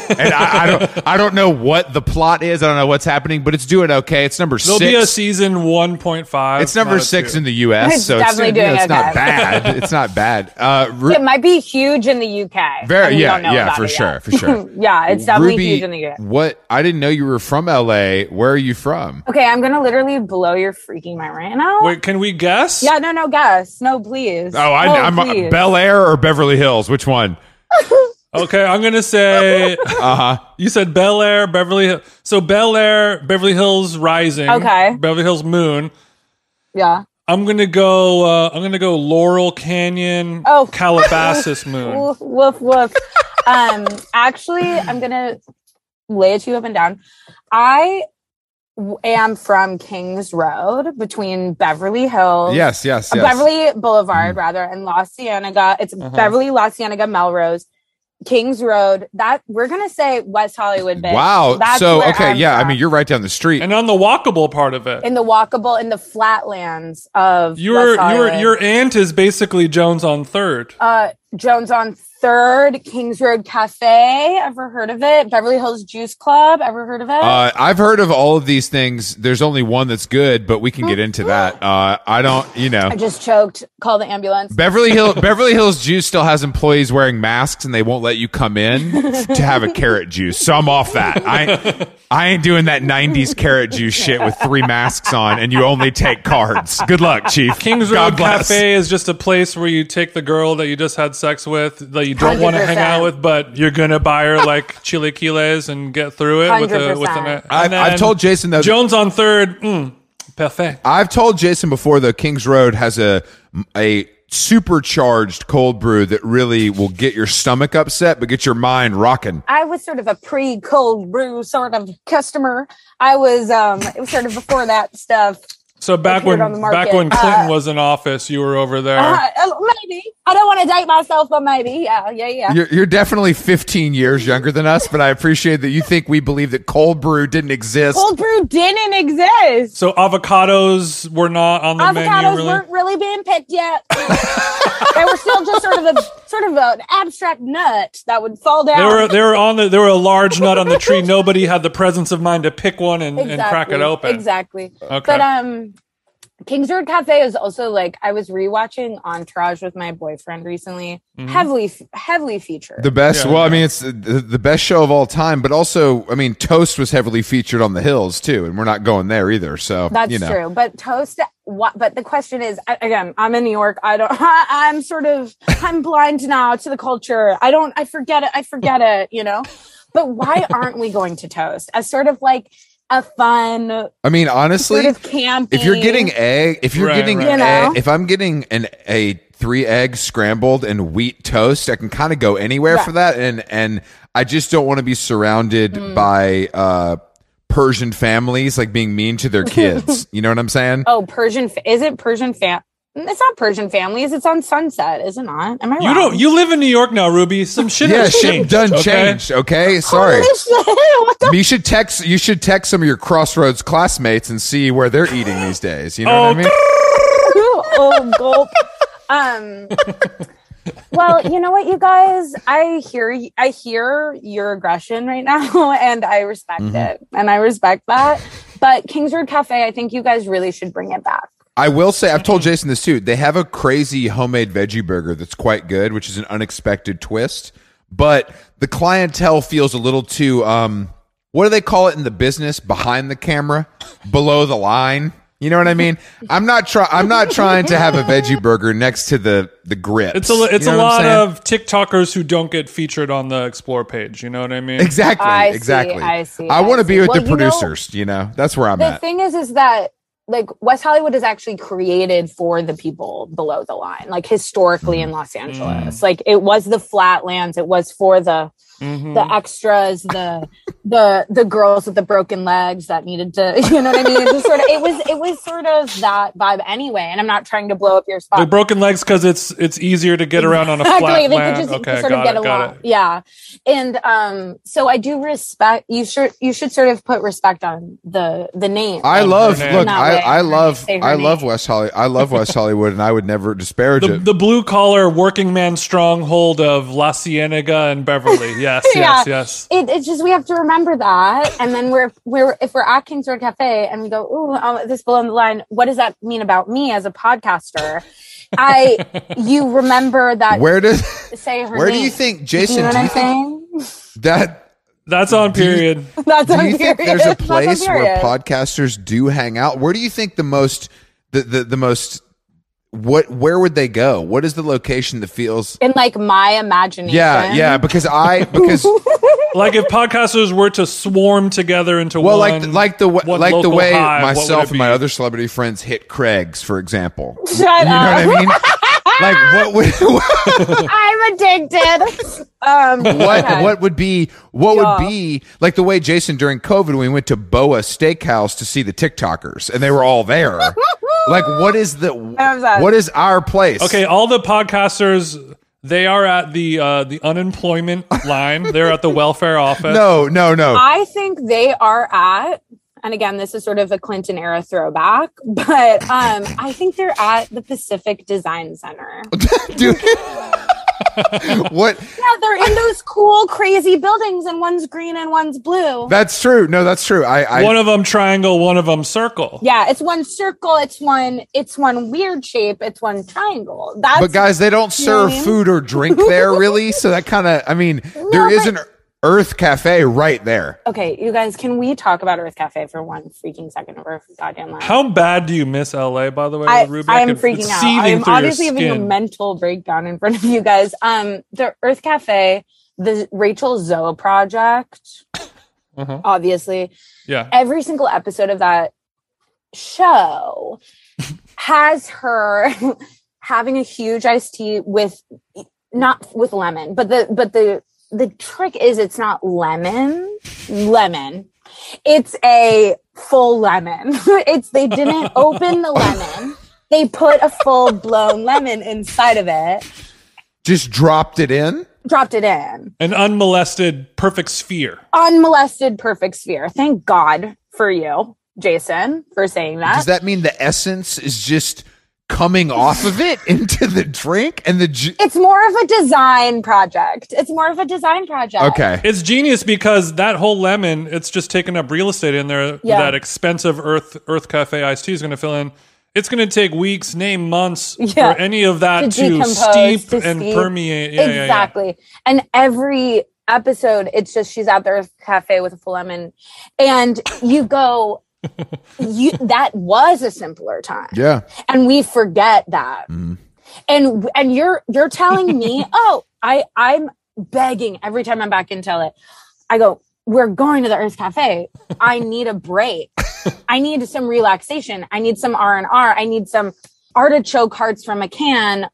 and I, I don't, I don't know what the plot is. I don't know what's happening, but it's doing okay. It's number
There'll be a
six.
season 1.5.
It's number
not a
six
two.
in the U.S.,
It's
so it's,
definitely
you know,
doing
it's not
okay.
bad. It's not bad. Uh, Ru-
It might be huge in the UK.
Very-
and we
yeah,
don't know
yeah,
about
for
it yet.
sure, for sure.
yeah, it's definitely
Ruby,
huge in the UK.
what? I didn't know you were from L.A. Where are you from?
Okay, I'm gonna literally blow your freaking mind right now.
Wait, can we guess?
Yeah, no, no, guess. No, please.
Oh, I,
no,
I'm
please.
Bel Air or Beverly Hills. Which one?
Okay, I'm going to say
Uh huh.
you said Bel Air, Beverly Hills. So Bel Air, Beverly Hills Rising.
Okay.
Beverly Hills Moon.
Yeah.
I'm gonna go. Uh, I'm gonna go Laurel Canyon,
Oh.
Calabasas Moon.
Woof, woof, woof. um, actually, I'm gonna lay it to you up and down. I w- am from Kings Road between Beverly Hills.
Yes, yes,
uh,
yes. Mm-hmm. Uh-huh.
Beverly Boulevard, rather, and La Cienega. It's Beverly, La Cienega, Melrose, Kings Road. That we're gonna say West Hollywood. Bitch.
Wow.
That's
so
where
okay,
I'm
yeah. I
from.
mean, you're right down the street.
And on the walkable part of it,
in the walkable, in the flatlands of
your
West
your
Hollywood.
your aunt is basically Jones on Third.
uh, Jones on Third, Kings Road Cafe. Ever heard of it? Beverly Hills Juice Club. Ever heard of it?
Uh, I've heard of all of these things. There's only one that's good, but we can get into that. Uh, I don't, you know.
I just choked. Call the ambulance.
Beverly Hill Beverly Hills Juice still has employees wearing masks and they won't let you come in to have a carrot juice. So I'm off that. I I ain't doing that 90s carrot juice shit with three masks on and you only take cards. Good luck, chief.
Kings
God
Road
bless.
Cafe is just a place where you take the girl that you just had sex with that you don't want to hang
100%.
out with, but you're gonna buy her like chilaquiles and get through it with a with an.
100%.
I've-
and
I've
then
told Jason that-
Jones on third. Mm, perfect.
I've told Jason before though Kings Road has a a supercharged cold brew that really will get your stomach upset but get your mind rocking.
I was sort of a pre cold brew sort of customer. I was um it was sort of before that stuff.
So back
appeared
when
on the market.
back when Clinton
Uh,
was in office, you were over there.
Uh, uh, maybe I don't want to date myself, but maybe yeah, yeah, yeah.
You're, you're definitely 15 years younger than us, but I appreciate that you think we believe that cold brew didn't exist.
Cold brew didn't exist.
so avocados were not on the menu
Avocados
really.
weren't really being picked yet. they were still just sort of a sort of an abstract nut that would fall down.
They were they were on the they were a large nut on the tree. Nobody had the presence of mind to pick one and, and crack it open.
Exactly.
Okay.
But um Kings Road Cafe is also like I was rewatching Entourage with my boyfriend recently.
Mm-hmm.
Heavily heavily featured.
The best.
Yeah.
well, I mean, it's the, the best show of all time, but also, I mean, Toast was heavily featured on the Hills too, and we're not going there either. So
That's
you know.
true. But toast. What, but the question is I- again. I'm in New York. I don't. I'm sort of. I'm blind now to the culture. I don't. I forget it. I forget it. You know. But why aren't we going to toast as sort of like a fun
I mean, honestly,
sort of camping?
if you're getting egg, if you're
Right,
getting,
right.
You know?
egg, if I'm getting an a three egg scrambled and wheat toast, I can kind of go anywhere
Right.
for that, and and I just don't want to be surrounded
Mm.
by uh Persian families like being mean to their kids. you know what I'm saying?
oh Persian fa- is it Persian fam? It's not Persian families. It's on Sunset, is it not? Am I
You don't. You live in New York now, Ruby. Some shit
yeah,
has
shit
changed.
done
okay?
changed. Okay,
Holy
sorry.
shit, what the
You should text. You should text some of your Crossroads classmates and see where they're eating these days. You know what I mean?
oh gulp. Um. Well, you know what, you guys, I hear y- I hear your aggression right now, and I respect
Mm-hmm.
it, and I respect that. But Kingsford Cafe, I think you guys really should bring it back.
I will say, I've told Jason this too. They have a crazy homemade veggie burger that's quite good, which is an unexpected twist. But the clientele feels a little too. Um, what do they call it in the business? Behind the camera, below the line. You know what I mean? I'm not try. I'm not trying to have a veggie burger next to the the grip.
It's a li- it's a lot of TikTokers who don't get featured on the explore page. You know what I mean?
Exactly.
I see,
exactly.
I see,
I
I
want to be
see.
with
Well,
the
you know-
producers. You know, that's where I'm
The
at.
thing is, is that like West Hollywood is actually created for the people below the line, like historically
Mm-hmm.
in Los Angeles, like it was the flatlands, it was for the
Mhm.
the extras, the the the girls with the broken legs that needed to, you know what I mean? It just sort of it was it was sort of that vibe anyway. And I'm not trying to blow up your spot.
The broken legs because it's it's easier to get around on a
Exactly.
flat
They could
land.
just
Okay,
sort
got
of get
it, got
along.
it.
Yeah. And um so I do respect you should you should sort of put respect on the the name.
I
Um,
love
her name.
look.
Not
I,
Whitney,
I love
say her
I love
name.
West Hollywood. I love West Hollywood, and I would never disparage
The,
it.
the blue collar working man stronghold of La Cienega and Beverly. Yes, yes,
Yeah.
yes.
it, it's just we have to remember that, and then we're we're if we're at Kingsford Cafe and we go, ooh, oh, this below the line. What does that mean about me as a podcaster? I you remember that
where does
say her
where do
name.
you think Jason?
You know
do
what
you
I'm
think
saying?
that
That's on period.
That's
do
on
you think
period.
there's a
That's on
place where
period.
podcasters do hang out? Where do you think the most the the, the most what where would they go? What is the location that feels?
in like my imagination.
Yeah, yeah, because I because
like if podcasters were to swarm together into
well,
one,
like like the wa-
one
like the
local
way
hive, what would
myself
it
and my
be?
other celebrity friends hit Craig's, for example.
Shut
you know
up.
what I mean? like what would
I'm addicted. Um,
what
okay.
what would be what
Yeah.
would be like the way Jason during COVID we went to Boa Steakhouse to see the TikTokers and they were all there. like what is the
I'm obsessed.
what is our place?
Okay, all the podcasters they are at the uh, the unemployment line. They're at the welfare office.
No, no, no.
I think they are at, and again, this is sort of a Clinton era throwback, but um, I think they're at the Pacific Design Center.
Dude, what?
Yeah, they're in those cool, crazy buildings, and one's green and one's blue.
That's true. No, that's true. I, I
one of them triangle, one of them circle.
yeah, it's one circle. It's one. It's one weird shape. It's one triangle. That's
but guys, they don't
You know what I
serve
mean?
food or drink there really. So that kind of, I mean, there
No,
is
but-
an Earth Cafe right there.
okay. You guys, can we talk about Earth Cafe for one freaking second of our goddamn life?
How bad do you miss LA, by the way,
I,
Ruby?
I am
can-
freaking
it's
out.
seething
I am
through your
obviously having a
skin.
mental breakdown in front of you guys. Um, the Earth Cafe, the Rachel Zoe project,
Mhm.
obviously.
Yeah.
Every single episode of that show has her having a huge iced tea with not with lemon, but the but the the trick is it's not lemon, lemon. It's a full lemon. it's they didn't open the lemon. They put a full blown lemon inside of it,
Just dropped it in.
dropped it in.
An unmolested perfect sphere.
Unmolested perfect sphere. Thank God for you, Jason, for saying that.
Does that mean the essence is just coming off of it into the drink and the ju-
it's more of a design project. It's more of a design project.
Okay.
It's genius because that whole lemon, it's just taking up real estate in there.
Yeah.
That expensive Earth Earth Cafe iced tea is going to fill in. It's going to take weeks, nay, months
Yeah.
for any of that
To
to,
decompose,
steep
to
and
steep.
permeate. Yeah, yeah, yeah.
exactly. And every episode, it's just she's at the Earth Cafe with a full lemon, and you go, you that was a simpler time,
Yeah.
and we forget that.
Mm-hmm.
And and you're you're telling me, oh, I I'm begging every time I'm back in tell it, I go, we're going to the Earth Cafe. I need a break. I need some relaxation. I need some R and R. I need some artichoke hearts from a can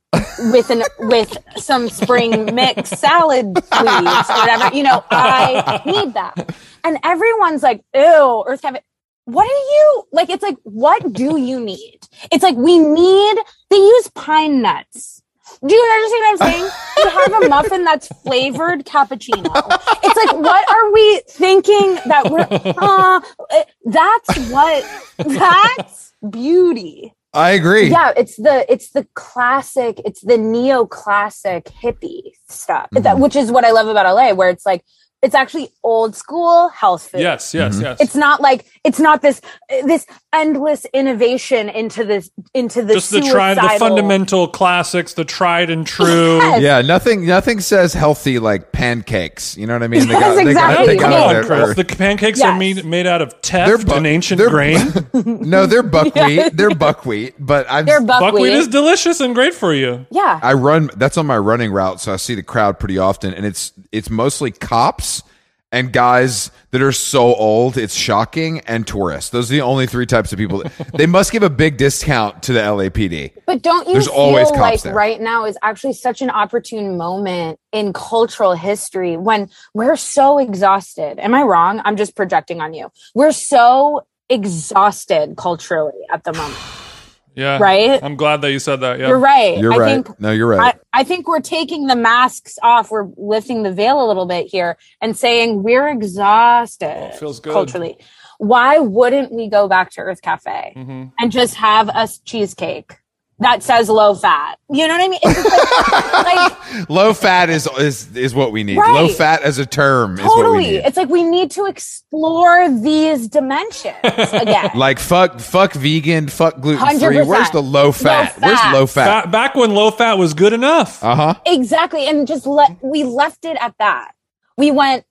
with an with some spring mix salad please or whatever. You know, I need that. And everyone's like, ew, Earth Cafe. What are you like? It's like, what do you need? It's like we need they use pine nuts. Do you understand what I'm saying? to have a muffin that's flavored cappuccino. It's like, what are we thinking that we're? Uh, eh, that's what. That's beauty.
I agree.
Yeah, it's the it's the classic. It's the neoclassic hippie stuff,
Mm-hmm.
that, which is what I love about LA, where it's like it's actually old school health food.
Yes, yes,
Mm-hmm.
yes.
It's not like it's not this this endless innovation into this into the
just the tri- the
suicidal-
fundamental classics, the tried and true.
Yes.
Yeah, nothing nothing says healthy like pancakes. You know what I mean?
Yes,
gotta
No,
exactly.
take
come
out
on,
their
Chris.
earth.
The pancakes
Yes.
are made, made out of teft
They're bu-
and ancient
they're-
grain.
no, they're buckwheat. They're buckwheat, but I'm
They're buckwheat.
Buckwheat is delicious and great for you.
yeah.
I run that's on my running route, so I see the crowd pretty often and it's it's mostly cops and guys that are so old, it's shocking and tourists. Those are the only three types of people. they must give a big discount to the LAPD.
But don't you
There's
feel
always cops
like
there.
right now is actually such an opportune moment in cultural history when we're so exhausted? Am I wrong? I'm just projecting on you. We're so exhausted culturally at the moment,
Yeah.
right?
I'm glad that you said that. Yeah.
You're right.
You're
I
right.
think
no, you're right.
I, I think we're taking the masks off. We're lifting the veil a little bit here and saying we're exhausted
Oh, it feels good.
culturally. Why wouldn't we go back to Earth Cafe
Mm-hmm.
Mhm.
and just have us cheesecake that says low fat? You know what I mean? It's just like, like
Low fat is is is what we need.
Right.
Low fat as a term is what we
totally.
need.
It's like we need to explore these dimensions again.
Like fuck, fuck vegan, fuck gluten free.
100%.
Where's the low fat?
Low
Where's
fat.
low fat?
Ba- back when low fat was good enough.
Uh huh.
exactly. And just let we left it at that. We went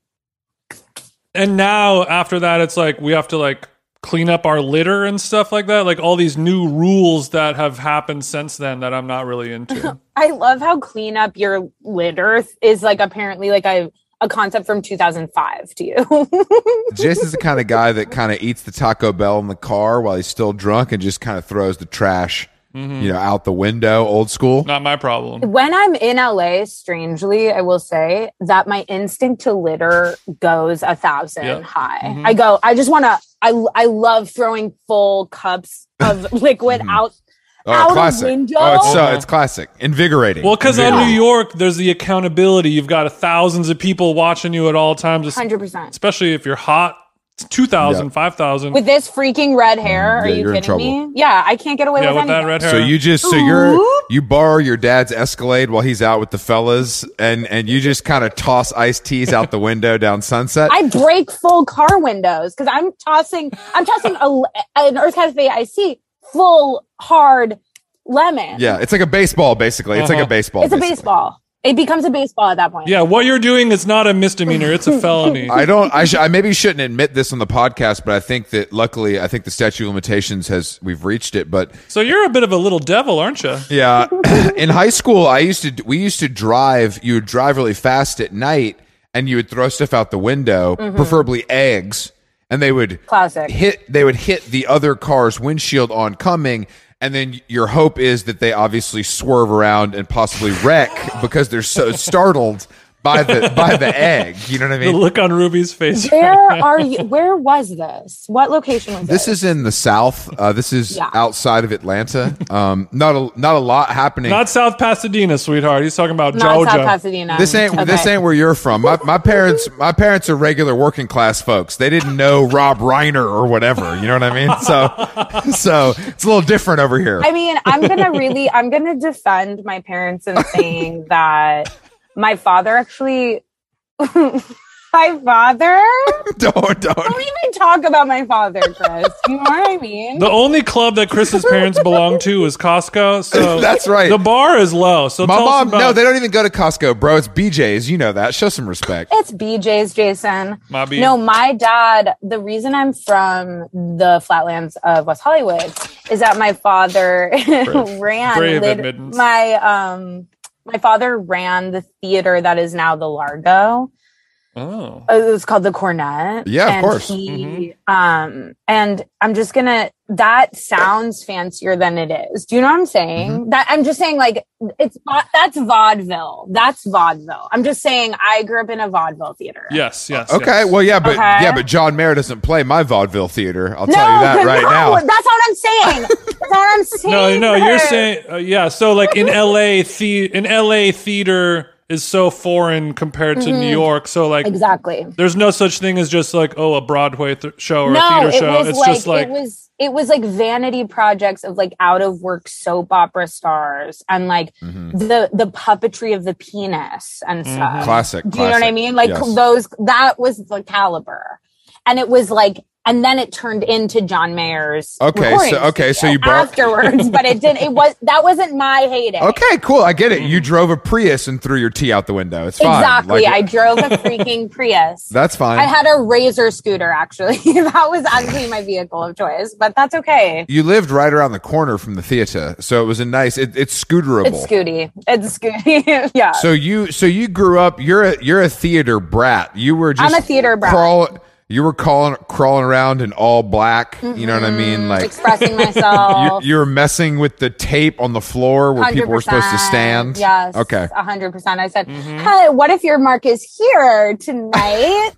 and now after that it's like we have to like clean up our litter and stuff like that like all these new rules that have happened since then that i'm not really into
I love how clean up your litter is like apparently like a a concept from 2005 to you.
Jason's the kind of guy that kind of eats the Taco Bell in the car while he's still drunk and just kind of throws the trash, you know, out the window. Old school.
Mm-hmm. not my problem
when I'm in LA, strangely, I will say that my instinct to litter goes a thousand
Yeah.
high. I go, I just want to, I, I love throwing full cups of liquid out. out
Oh,
a
classic.
window?
Oh, it's so it's classic. Invigorating.
well because in
Invigorating.
new york there's the accountability you've got thousands of people watching you at all times es-
100%.
especially if you're hot It's 2000
Yeah.
5000
With this freaking red hair,
Mm,
are
yeah,
you
you're in
kidding me? Yeah, I can't get away
yeah
with,
with that
anything.
red hair
So you just so you're you borrow your dad's Escalade while he's out with the fellas, and and you just kind of toss iced teas out the window down Sunset.
I break full car windows because I'm tossing. I'm tossing a, an Earth Cafe IC full hard lemon.
yeah, it's like a baseball basically. It's like a
Uh-huh.
baseball.
it's a
basically.
baseball. It becomes a baseball at that point.
Yeah, what you're doing is not a misdemeanor; it's a felony.
I don't. I, sh- I maybe shouldn't admit this on the podcast, but I think that luckily, I think the statute of limitations has we've reached it. But
so you're a bit of a little devil, aren't you?
Yeah. In high school, I used to, we used to drive, you would drive really fast at night and you would throw stuff out the window, preferably eggs, and they would
Mm-hmm. Classic.
hit, they would hit the other car's windshield oncoming. And then your hope is that they obviously swerve around and possibly wreck because they're so startled by the, by the egg. You know what I
The
mean?
look on Ruby's face.
Where are you? Where was this? What location was
This is in the South. Uh, this is
Yeah.
outside of Atlanta. Um, not a, not a lot happening.
Not South Pasadena, sweetheart. He's talking about
Not South
Georgia.
Pasadena.
This ain't this
Um, Okay.
ain't where you're from. My my parents my parents are regular working class folks. They didn't know Rob Reiner or whatever. You know what I mean? So so it's a little different over here.
I mean, I'm gonna really, I'm gonna defend my parents in saying that my father actually, my father.
don't don't.
Don't even talk about my father, Chris. You know what I mean?
The only club that Chris's parents belong to is Costco. So
That's right.
The bar is low. So
My
tell us
mom
about-
no, they don't even go to Costco, bro. It's BJ's. You know that. Show some respect.
It's BJ's, Jason.
My B.
No, my dad, the reason I'm from the flatlands of West Hollywood is that my father ran
Brave
lit-
admittance.
my um my father ran the theater that is now the Largo.
Oh.
Uh, It was called the Cornet.
Yeah, of
and
course.
He,
Mm-hmm.
um, and I'm just gonna. That sounds fancier than it is. Do you know what I'm saying?
Mm-hmm.
That I'm just saying, like it's vo- that's vaudeville. That's vaudeville. I'm just saying, I grew up in a vaudeville theater.
Yes, yes.
Okay, well yeah, but
Okay.
yeah, but John Mayer doesn't play my vaudeville theater. I'll
No,
tell you that right
no,
now.
that's what I'm saying. that's what I'm saying.
No, no, you're
Chris.
saying uh, yeah. So like in LA, the- in LA theater is so foreign compared to
Mm-hmm.
New York. So like
exactly.
there's no such thing as just like oh a Broadway th- show or a
No,
theater
it
show.
was
It's
like,
just like
it was it was like vanity projects of like out of work soap opera stars and like
Mm-hmm.
the the puppetry of the penis and
Mm-hmm.
stuff.
Classic.
Do you know what I
classic.
mean? Like
Yes.
those that was the caliber, and it was like. And then it turned into John Mayer's.
Okay,
recording
so- okay, so
studio
you brought-
afterwards, but it did. It was that wasn't my heyday.
Okay, cool. I get it.
Mm-hmm.
You drove a Prius and threw your tea out the window. It's fine.
exactly.
Like,
I drove a freaking Prius.
that's fine.
I had a Razor scooter actually. that was actually my vehicle of choice, but that's okay.
You lived right around the corner from the theater, so it was a nice. It, it's scooterable.
It's Scooty. It's Scooty. yeah.
so you, so you grew up. You're a you're a theater brat. You were just
a theater brat.
Crawl, you were calling crawling around in all black. You know what I
Mm-hmm.
mean? Like
Expressing myself.
you, you were messing with the tape on the floor where people were supposed to
100%.
stand.
Yes.
Okay.
100%. I said, hey, what if your mark is here tonight?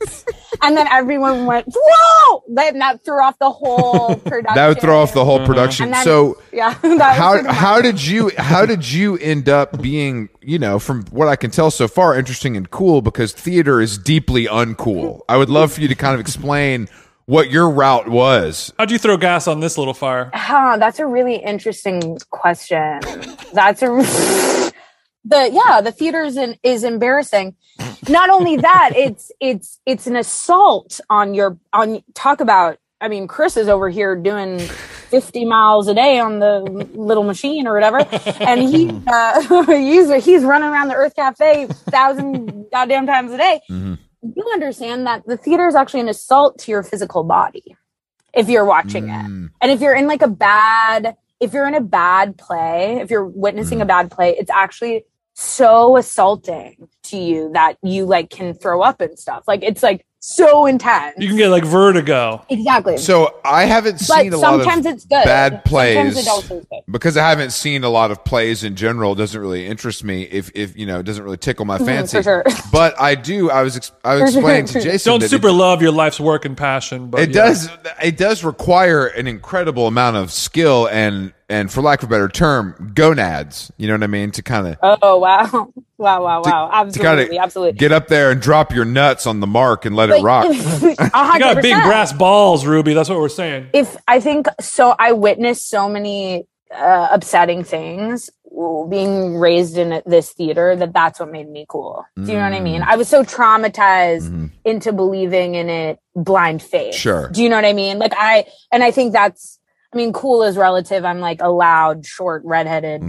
and then everyone went, whoa! Then that threw off the whole production.
That would throw off the whole production.
And then-
so
Yeah. that was
how
pretty much-
how did you how did you end up being you know from what I can tell so far interesting and cool because theater is deeply uncool. I would love for you to kind of explain what your route was.
how'd you throw gas on this little fire?
Huh, that's a really interesting question. That's a the yeah, the theater is, in, is embarrassing. Not only that, it's it's it's an assault on your on talk about. I mean, Chris is over here doing fifty miles a day on the little machine or whatever, and he uh, he's he's running around the Earth Cafe thousand goddamn times a day. You understand that the theater is actually an assault to your physical body if you're watching it.
Hmm.
And if you're in like a bad, if you're in a bad play, if you're witnessing a
Hmm.
bad play, it's actually so assaulting to you that you like can throw up and stuff. Like it's like so intense.
You can get like vertigo.
exactly.
So I haven't
but
seen a lot
sometimes
of
it's good.
bad
Sometimes
plays
it also is good.
because I haven't seen a lot of plays in general. Doesn't really interest me. If if you know, it doesn't really tickle my fancy.
for sure.
But I do. I was ex- I was
sure,
explaining
for
to
sure.
Jason.
Don't
that it-
super love your life's work and passion, but
it
yeah.
does it does require an incredible amount of skill and and for lack of a better term gonads you know what i mean to kind of
Oh wow. Wow, wow, wow.
to kind
Absolutely,
of
absolutely.
get up there and drop your nuts on the mark and let it rock
You got big brass balls, Ruby. That's what we're saying.
if I think so, I witnessed so many uh, upsetting things being raised in this theater that that's what made me cool. Do you know what I mean? I was so traumatized into believing in it blind faith.
Mm-hmm. Sure.
Do you know what I mean? Like I and I think that's I mean cool is relative. I'm like a loud, short, redheaded,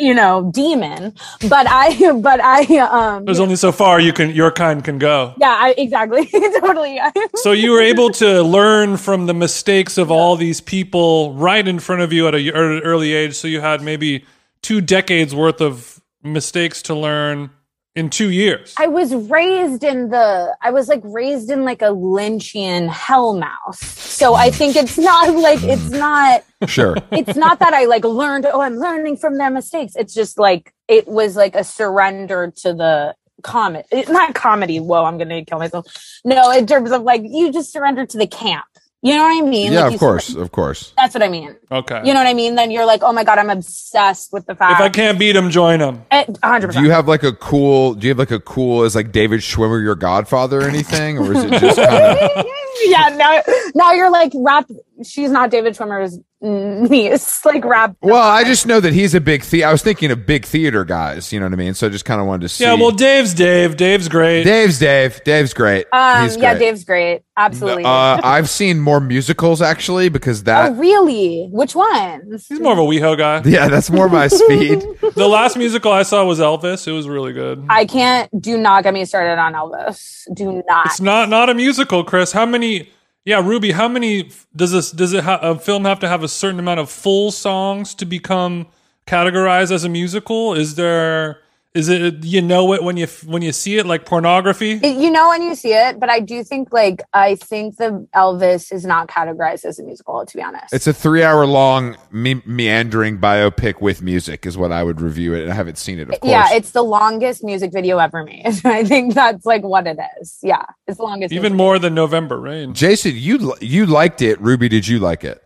you know, demon. But I but I um
There's only so far you can your kind can go.
yeah, I exactly. totally.
So you were able to learn from the mistakes of all these people right in front of you at a at an early age. So you had maybe two decades worth of mistakes to learn in two years.
I was raised in the I was like raised in like a Lynchian hellmouth. So I think it's not like it's not
Sure.
it's not that I like learned oh I'm learning from their mistakes. It's just like it was like a surrender to the comet it, not comedy whoa i'm gonna kill myself no in terms of like you just surrender to the camp you know what i mean
yeah,
Like, you
of course, of course.
surrender- that's what i mean
Okay.
you know what i mean then you're like oh my god i'm obsessed with the fact
if I can't beat them, join them.
Eh, 100%
Do you have like a cool? Do you have like a cool? Is like David Schwimmer your godfather or anything, or is it just kind of?
yeah, now now you're like rap. She's not David Schwimmer's niece. Like rap.
Well, I just know that he's a big. The- I was thinking of big theater guys. You know what I mean? So I just kind of wanted to see.
Yeah, well, Dave's Dave. Dave's great.
Dave's Dave. Dave's great.
Um,
He's
yeah,
great.
Dave's great. Absolutely.
Uh, I've seen more musicals actually because that.
oh, really? Which ones?
He's more of a WeHo guy.
Yeah, that's more my speed.
The last musical I saw was Elvis. It was really good.
I can't. Do not get me started on Elvis. Do not.
It's not not a musical, Chris. How many? Yeah, Ruby. How many f- does this does it ha- a film have to have a certain amount of full songs to become categorized as a musical? Is there is it you know it when you f- when you see it like pornography?
It- you know when you see it, but I do think like I think the Elvis is not categorized as a musical. To be honest,
It's a three-hour-long me- meandering biopic with music, is what I would review it. And I haven't seen it, of course.
yeah, it's the longest music video ever made. I think that's like what it is. Yeah, it's the longest.
Even
music-
more than November Rain.
Jason, you li- you liked it. Ruby, did you like it?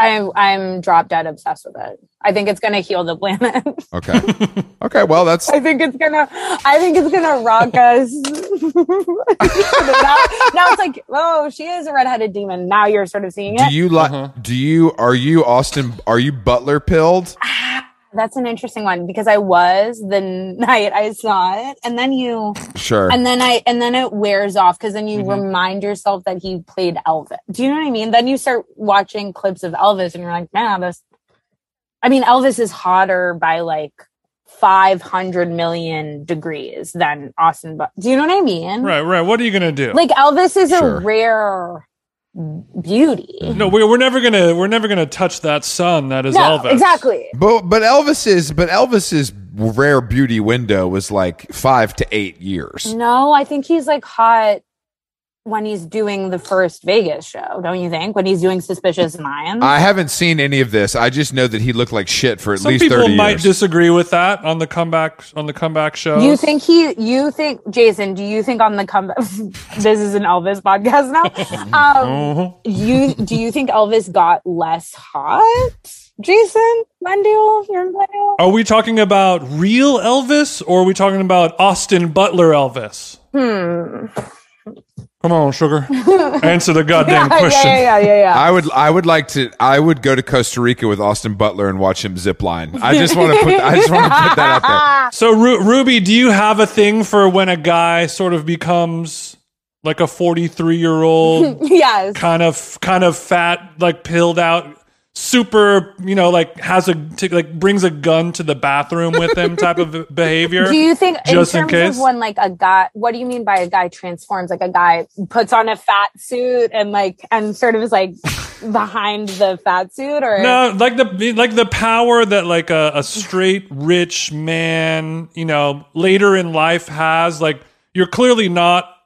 I'm I'm drop dead obsessed with it. I think it's gonna heal the planet.
Okay, okay. Well, that's
I think it's gonna. I think it's gonna rock us. now, now it's like, oh, she is a redheaded demon. Now you're sort of seeing it.
Do you like? Do you are you Austin? Are you Butler pilled?
That's an interesting one because I was the night I saw it, and then you,
Sure. Mm-hmm.
and then I, and then it wears off because then you remind yourself that he played Elvis. Do you know what I mean? Then you start watching clips of Elvis, and you're like, man, this. I mean, Elvis is hotter by like. 500 million degrees than Austin. But do you know what I mean?
Right, right. What are you gonna do?
like Elvis is
Sure.
a rare beauty.
no, we're, we're never gonna we're never gonna touch that sun that is
No,
Elvis.
exactly.
but but Elvis's but Elvis's rare beauty window was like five to eight years.
No, I think he's like hot when he's doing the first Vegas show, don't you think? When he's doing Suspicious Minds.
I haven't seen any of this. I just know that he looked like shit for at
Some
least
people
thirty
might
years.
disagree with that on the comeback on the comeback show.
you think he? You think Jason? Do you think on the comeback? this is an Elvis podcast now. Um,
Mm-hmm.
you do you think Elvis got less hot? Jason, Mendel, you're Mendel.
Are we talking about real Elvis or are we talking about Austin Butler Elvis? Hmm. Come on, sugar. Answer the goddamn
Hmm. yeah,
question.
yeah, yeah, yeah, yeah.
I would I would like to I would go to Costa Rica with Austin Butler and watch him zip line. I just want to put I just want to put that out
So, Ru- Ruby, do you have a thing for when a guy sort of becomes like a 43 year old,
yes.
kind of, kind of fat, like pilled out, super, you know, like has a, t- like brings a gun to the bathroom with him type of behavior?
Do you think
Just in
in terms
case?
of when like a guy what do you mean by a guy transforms? Like a guy puts on a fat suit and like and sort of is like behind the fat suit or
No, like the like the power that like a, a straight rich man, you know, later in life has. Like you're clearly not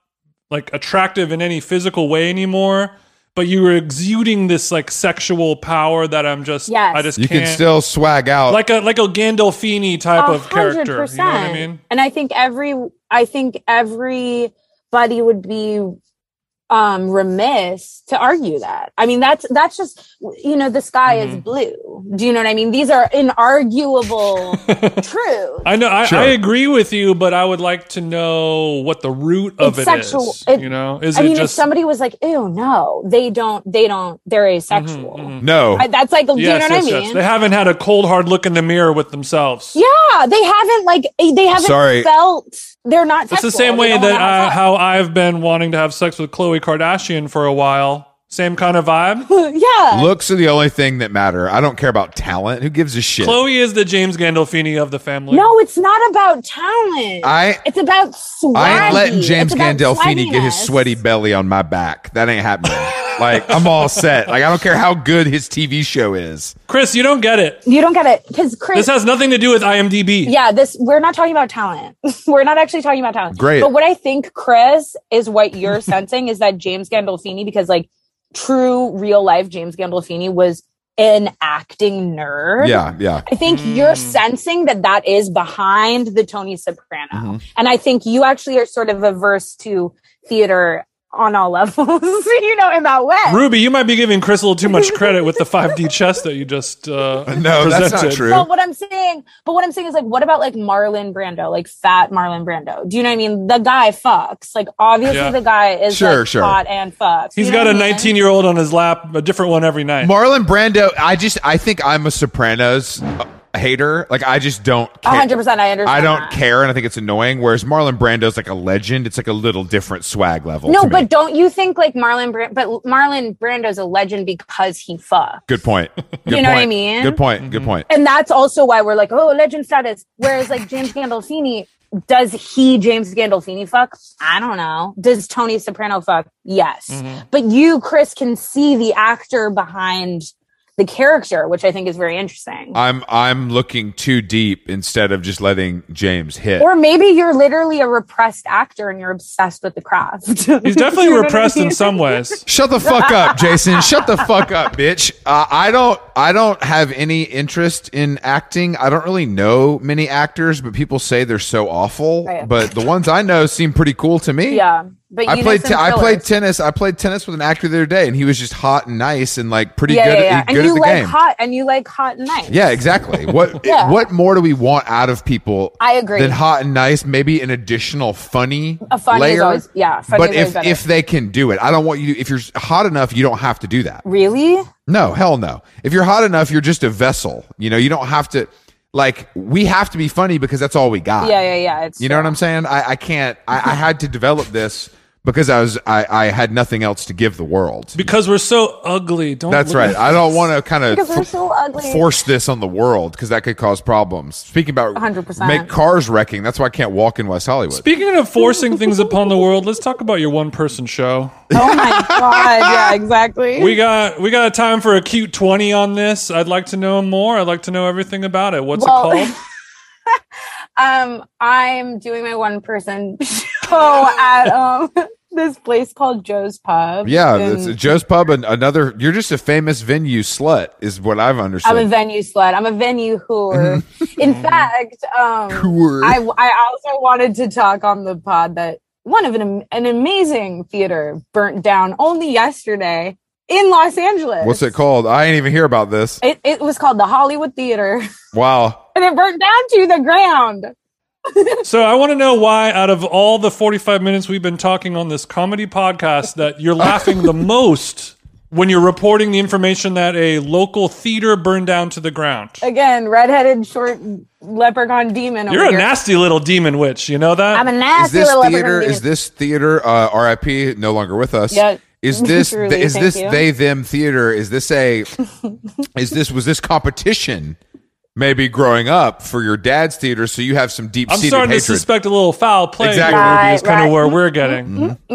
like attractive in any physical way anymore, but you were exuding this like sexual power that I'm just
Yes.
I just
there. You
can't
can still swag out.
like a like a Gandolfini type
a
of character.
hundred
You know what I mean?
percent. And I think every I think everybody would be um remiss to argue that i mean that's that's just you know the sky
Mm-hmm.
is blue do you know what i mean these are inarguable truths
I know. I,
Sure.
I agree with you, but I would like to know what the root of
It's
it is.
sexual. It-
you know, is
i
it
mean if
just
somebody was like ew no they don't they don't they're asexual
No.
I, that's like do you know
Mm-hmm, yes,
what
yes,
i
yes?
mean
They haven't had a cold hard look in the mirror with themselves.
yeah they haven't like eh, they haven't
Sorry.
felt they're not
It's the
sexual.
same
They
way
don't
that
wanna
I,
have sex.
how I've been wanting to have sex with Khloe Kardashian for a while. Same kind of vibe.
yeah
Looks are the only thing that matter. I don't care about talent. Who gives a shit?
Chloe is the James Gandolfini of the family.
no it's not about talent
I
it's about swaggy.
I ain't letting James
It's about
Gandolfini get his
swagginess.
sweaty belly on my back. That ain't happening. like I'm all set. Like I don't care how good his TV show is.
Chris, you don't get it.
You don't get it because Chris.
This has nothing to do with IMDb.
yeah, this we're not talking about talent. we're not actually talking about talent.
Great.
But what I think, Chris, is what you're sensing is that James Gandolfini, because like true real life James Gandolfini was an acting nerd.
Yeah, yeah.
I think you're sensing that that is behind the Tony Soprano.
Mm-hmm.
And I think you actually are sort of averse to theater on all levels, you know, in that way.
Ruby, you might be giving Chris a little too much credit with the 5D chess that you just uh,
No,
presented.
that's not true.
But what I'm saying, but what I'm saying is like, what about like Marlon Brando, like fat Marlon Brando? Do you know what I mean? The guy fucks. Like obviously
Yeah.
the guy is
Sure,
like,
sure.
hot and fucks.
He's
You know
got
what
a
I mean?
19 year old on his lap, a different one every night.
Marlon Brando, I just I think I'm a Sopranos uh, hater. Like I just don't
A
care.
hundred percent. I understand.
I don't
that.
care and I think it's annoying whereas Marlon Brando's like a legend. It's like a little different swag level.
No,
to me.
but don't you think like Marlon Brand? But Marlon Brando's a legend because he fucked.
good point. Good
You
point.
know what I mean?
Good point. Good point.
and that's also why we're like, oh, legend status. Whereas like James Gandolfini, does he James Gandolfini fuck? I don't know. Does Tony Soprano fuck? Yes.
Mm-hmm.
But you, Chris, can see the actor behind the character, which I think is very interesting.
I'm I'm looking too deep instead of just letting James hit.
or maybe you're literally a repressed actor and you're obsessed with the craft.
He's definitely repressed in some ways.
Shut the fuck up, Jason. Shut the fuck up, bitch. Uh, I don't I don't have any interest in acting. I don't really know many actors, but people say they're so awful.
Right.
But the ones I know seem pretty cool to me.
Yeah. But
I
you
played.
T-
T- I played tennis. I played tennis with an actor the other day, and he was just hot and nice and like pretty
yeah,
good. at-
yeah, yeah.
good
And
at
you
the
like
game.
hot and you like hot and nice.
Yeah, exactly. What
Yeah.
What more do we want out of people?
I agree.
Than hot and nice, maybe an additional funny
A funny is
layer.
always- yeah, funny
but
is always
if
better.
if they can do it, I don't want you. If you're hot enough, you don't have to do that.
Really?
No, hell no. If you're hot enough, you're just a vessel. You know, you don't have to. Like we have to be funny because that's all we got.
Yeah, yeah, yeah. It's
You know what I'm saying? I, I can't. I, I had to develop this because I was I, I had nothing else to give the world.
Because we're so ugly. Don't
That's
look
right.
at-
I don't want to kind of
Because we're so ugly.
force this on the world because that could cause problems. Speaking about
100%.
make cars wrecking. That's why I can't walk in West Hollywood.
Speaking of forcing things upon the world, let's talk about your one person show.
Oh my god! Yeah, exactly.
We got we got time for a cute 20 on this. I'd like to know more. I'd like to know everything about it. What's
Well-
it called?
um, I'm doing my one person show at um this place called Joe's Pub.
yeah,
in-
it's Joe's Pub and another. You're just a famous venue slut, is what I've
I'm a
understood.
venue slut. I'm a venue whore. In fact, um,
Tour.
I I also wanted to talk on the pod that one of an am- an amazing theater burnt down only yesterday in Los Angeles.
What's it called? I ain't even hear about this.
It, it was called the Hollywood Theater,
Wow.
and it burnt down to the ground.
So I want to know why, out of all the 45 minutes we've been talking on this comedy podcast, that you're laughing the most when you're reporting the information that a local theater burned down to the ground.
Again, redheaded, short leprechaun demon.
You're
over
a
here.
nasty little demon witch. You know that?
I'm a
Is
nasty
this
little
theater?
leprechaun
Is this theater? Uh, RIP, no longer with us.
Yeah,
Is this
truly,
is
thank
this
you.
they them theater? Is this a is this was this competition? Maybe growing up for your dad's theater, so you have some deep
I'm
seated
starting
hatred.
to suspect a little foul play.
Exactly.
here, Ruby,
Right,
is kind
right. Mm-hmm.
of where we're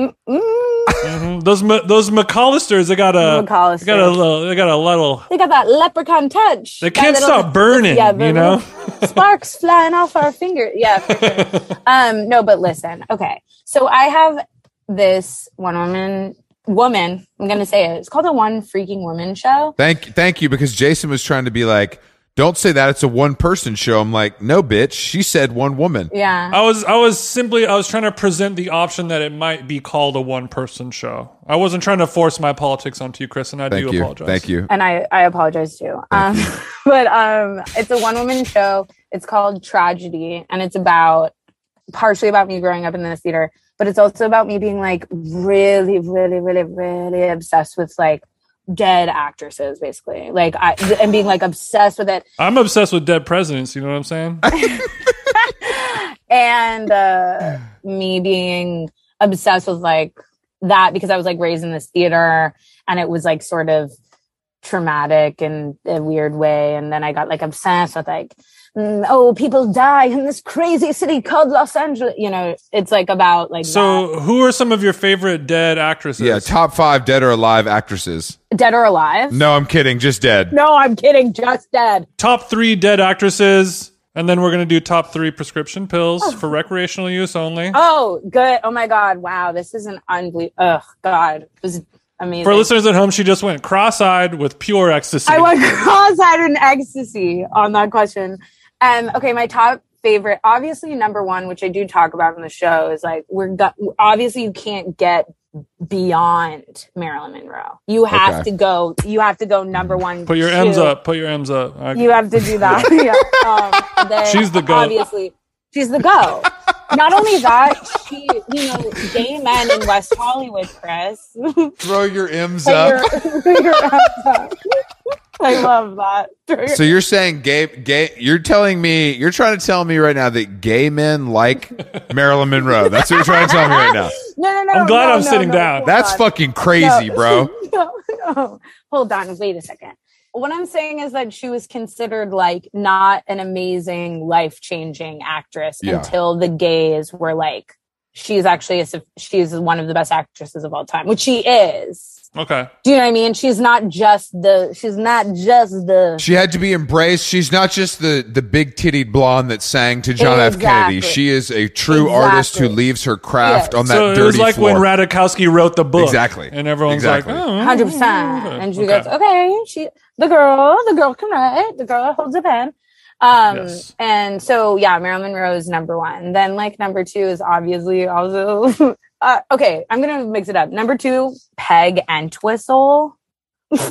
getting.
Mm,
Mhm. Those Ma- those McAllisters, they got a
McAllisters.
they got a little, they got a little.
they got that leprechaun touch.
They
That
can't
little-
stop burning.
Yeah,
you
the
know.
little sparks flying off our finger. Yeah. for sure. um. No, but listen. Okay. So I have this one woman. Woman, I'm gonna say it. It's called a one freaking woman show.
Thank, thank you, because Jason was trying to be like, Don't say that. It's a one person show. I'm like, no, bitch. She said one woman.
Yeah.
I was I was simply I was trying to present the option that it might be called a one person show. I wasn't trying to force my politics onto you, Chris, and I
Thank
do
you.
apologize.
Thank you.
And I, I apologize too. Um, but um, it's a one woman show. It's called Tragedy, and it's about partially about me growing up in the theater, but it's also about me being like really, really, really, really obsessed with like dead actresses, basically. Like I and being like obsessed with it.
I'm obsessed with dead presidents, you know what I'm saying?
and uh, me being obsessed with like that because I was like raised in this theater and it was like sort of traumatic in a weird way. And then I got like obsessed with like, mm, oh, people die in this crazy city called Los Angeles. You know, it's like about like that.
so who are some of your favorite dead actresses?
Yeah, top five dead or alive actresses.
dead or alive.
No, I'm kidding. Just dead.
No, I'm kidding. Just dead.
top three dead actresses, and then we're gonna do top three prescription pills for recreational use only.
Oh, good. Oh my God. Wow. This is an unbelievable. Oh, God. It was amazing.
For listeners at home, she just went cross-eyed with pure ecstasy.
I went cross-eyed in ecstasy on that question. Um, okay, my top favorite, obviously number one, which I do talk about in the show, is like we're go- obviously you can't get beyond Marilyn Monroe. You have
Okay. Mm-hmm.
to go. You have to go number one.
Put your
two.
M's up. Put your M's up. I-
You have to do that. yeah. Um, then
She's the goat.
Obviously, she's the go. Not only that, she, you know, gay men in West Hollywood, Chris.
Throw your M's
Your-
up.
your abs up. I love that.
So you're saying gay, gay? You're telling me you're trying to tell me right now that gay men like Marilyn Monroe. That's what you're trying to tell me right now.
No, no, no.
I'm glad
no,
I'm
no,
sitting
no,
down.
hold
That's
on.
fucking crazy,
No,
bro.
No, no. Hold on. Wait a second. What I'm saying is that she was considered like not an amazing, life changing actress
Yeah.
until the gays were like, she's actually a, su- she's one of the best actresses of all time, which she is.
okay.
Do you know what I mean? She's not just the, she's not just the,
She had to be embraced. She's not just the the big titted blonde that sang to John F.
Exactly.
Kennedy. She is a true artist who
Exactly.
leaves her craft
Yes.
on that
So it
dirty
was like
floor.
when Radikowski wrote the book.
Exactly.
And everyone's
Exactly.
like, oh,
100%. And she goes, okay, she, the girl, the girl can write, the girl holds a pen. Um,
Yes.
and so yeah, Marilyn Monroe is number one. Then like number two is obviously also, uh, okay, I'm going to mix it up. Number two, Peg Entwistle.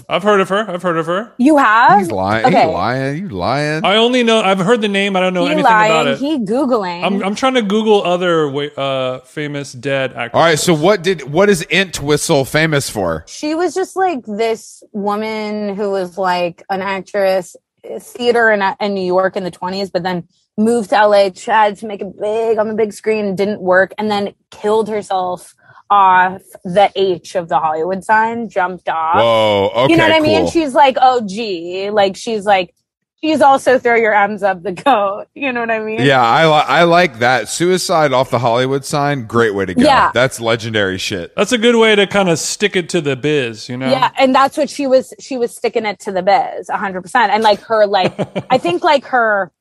I've heard of her. I've heard of her.
You have?
He's lying.
Um, Okay.
You lying. You lying.
I only know, I've heard the name. I don't know
he
anything about
lying,
it.
he Googling.
I'm, I'm trying to Google other wa- uh, famous dead actors.
All right. So what did what is Int Whistle famous for?
she was just like this woman who was like an actress uh, theater in, in new york in the 20s but then moved to la tried to make it big on the big screen didn't work and then killed herself off the h of the hollywood sign jumped off
Whoa. Okay.
Uh, you know what i mean
cool.
she's like oh gee like she's like she's also throw your arms up the goat you know what i mean
yeah, I li- I like that. Suicide off the Hollywood sign. Great way to go.
Yeah.
That's legendary shit.
That's a good way to kind of stick it to the biz, you know?
Yeah, and that's what she was. She was sticking it to the biz, hundred percent. And like her, like I think like her,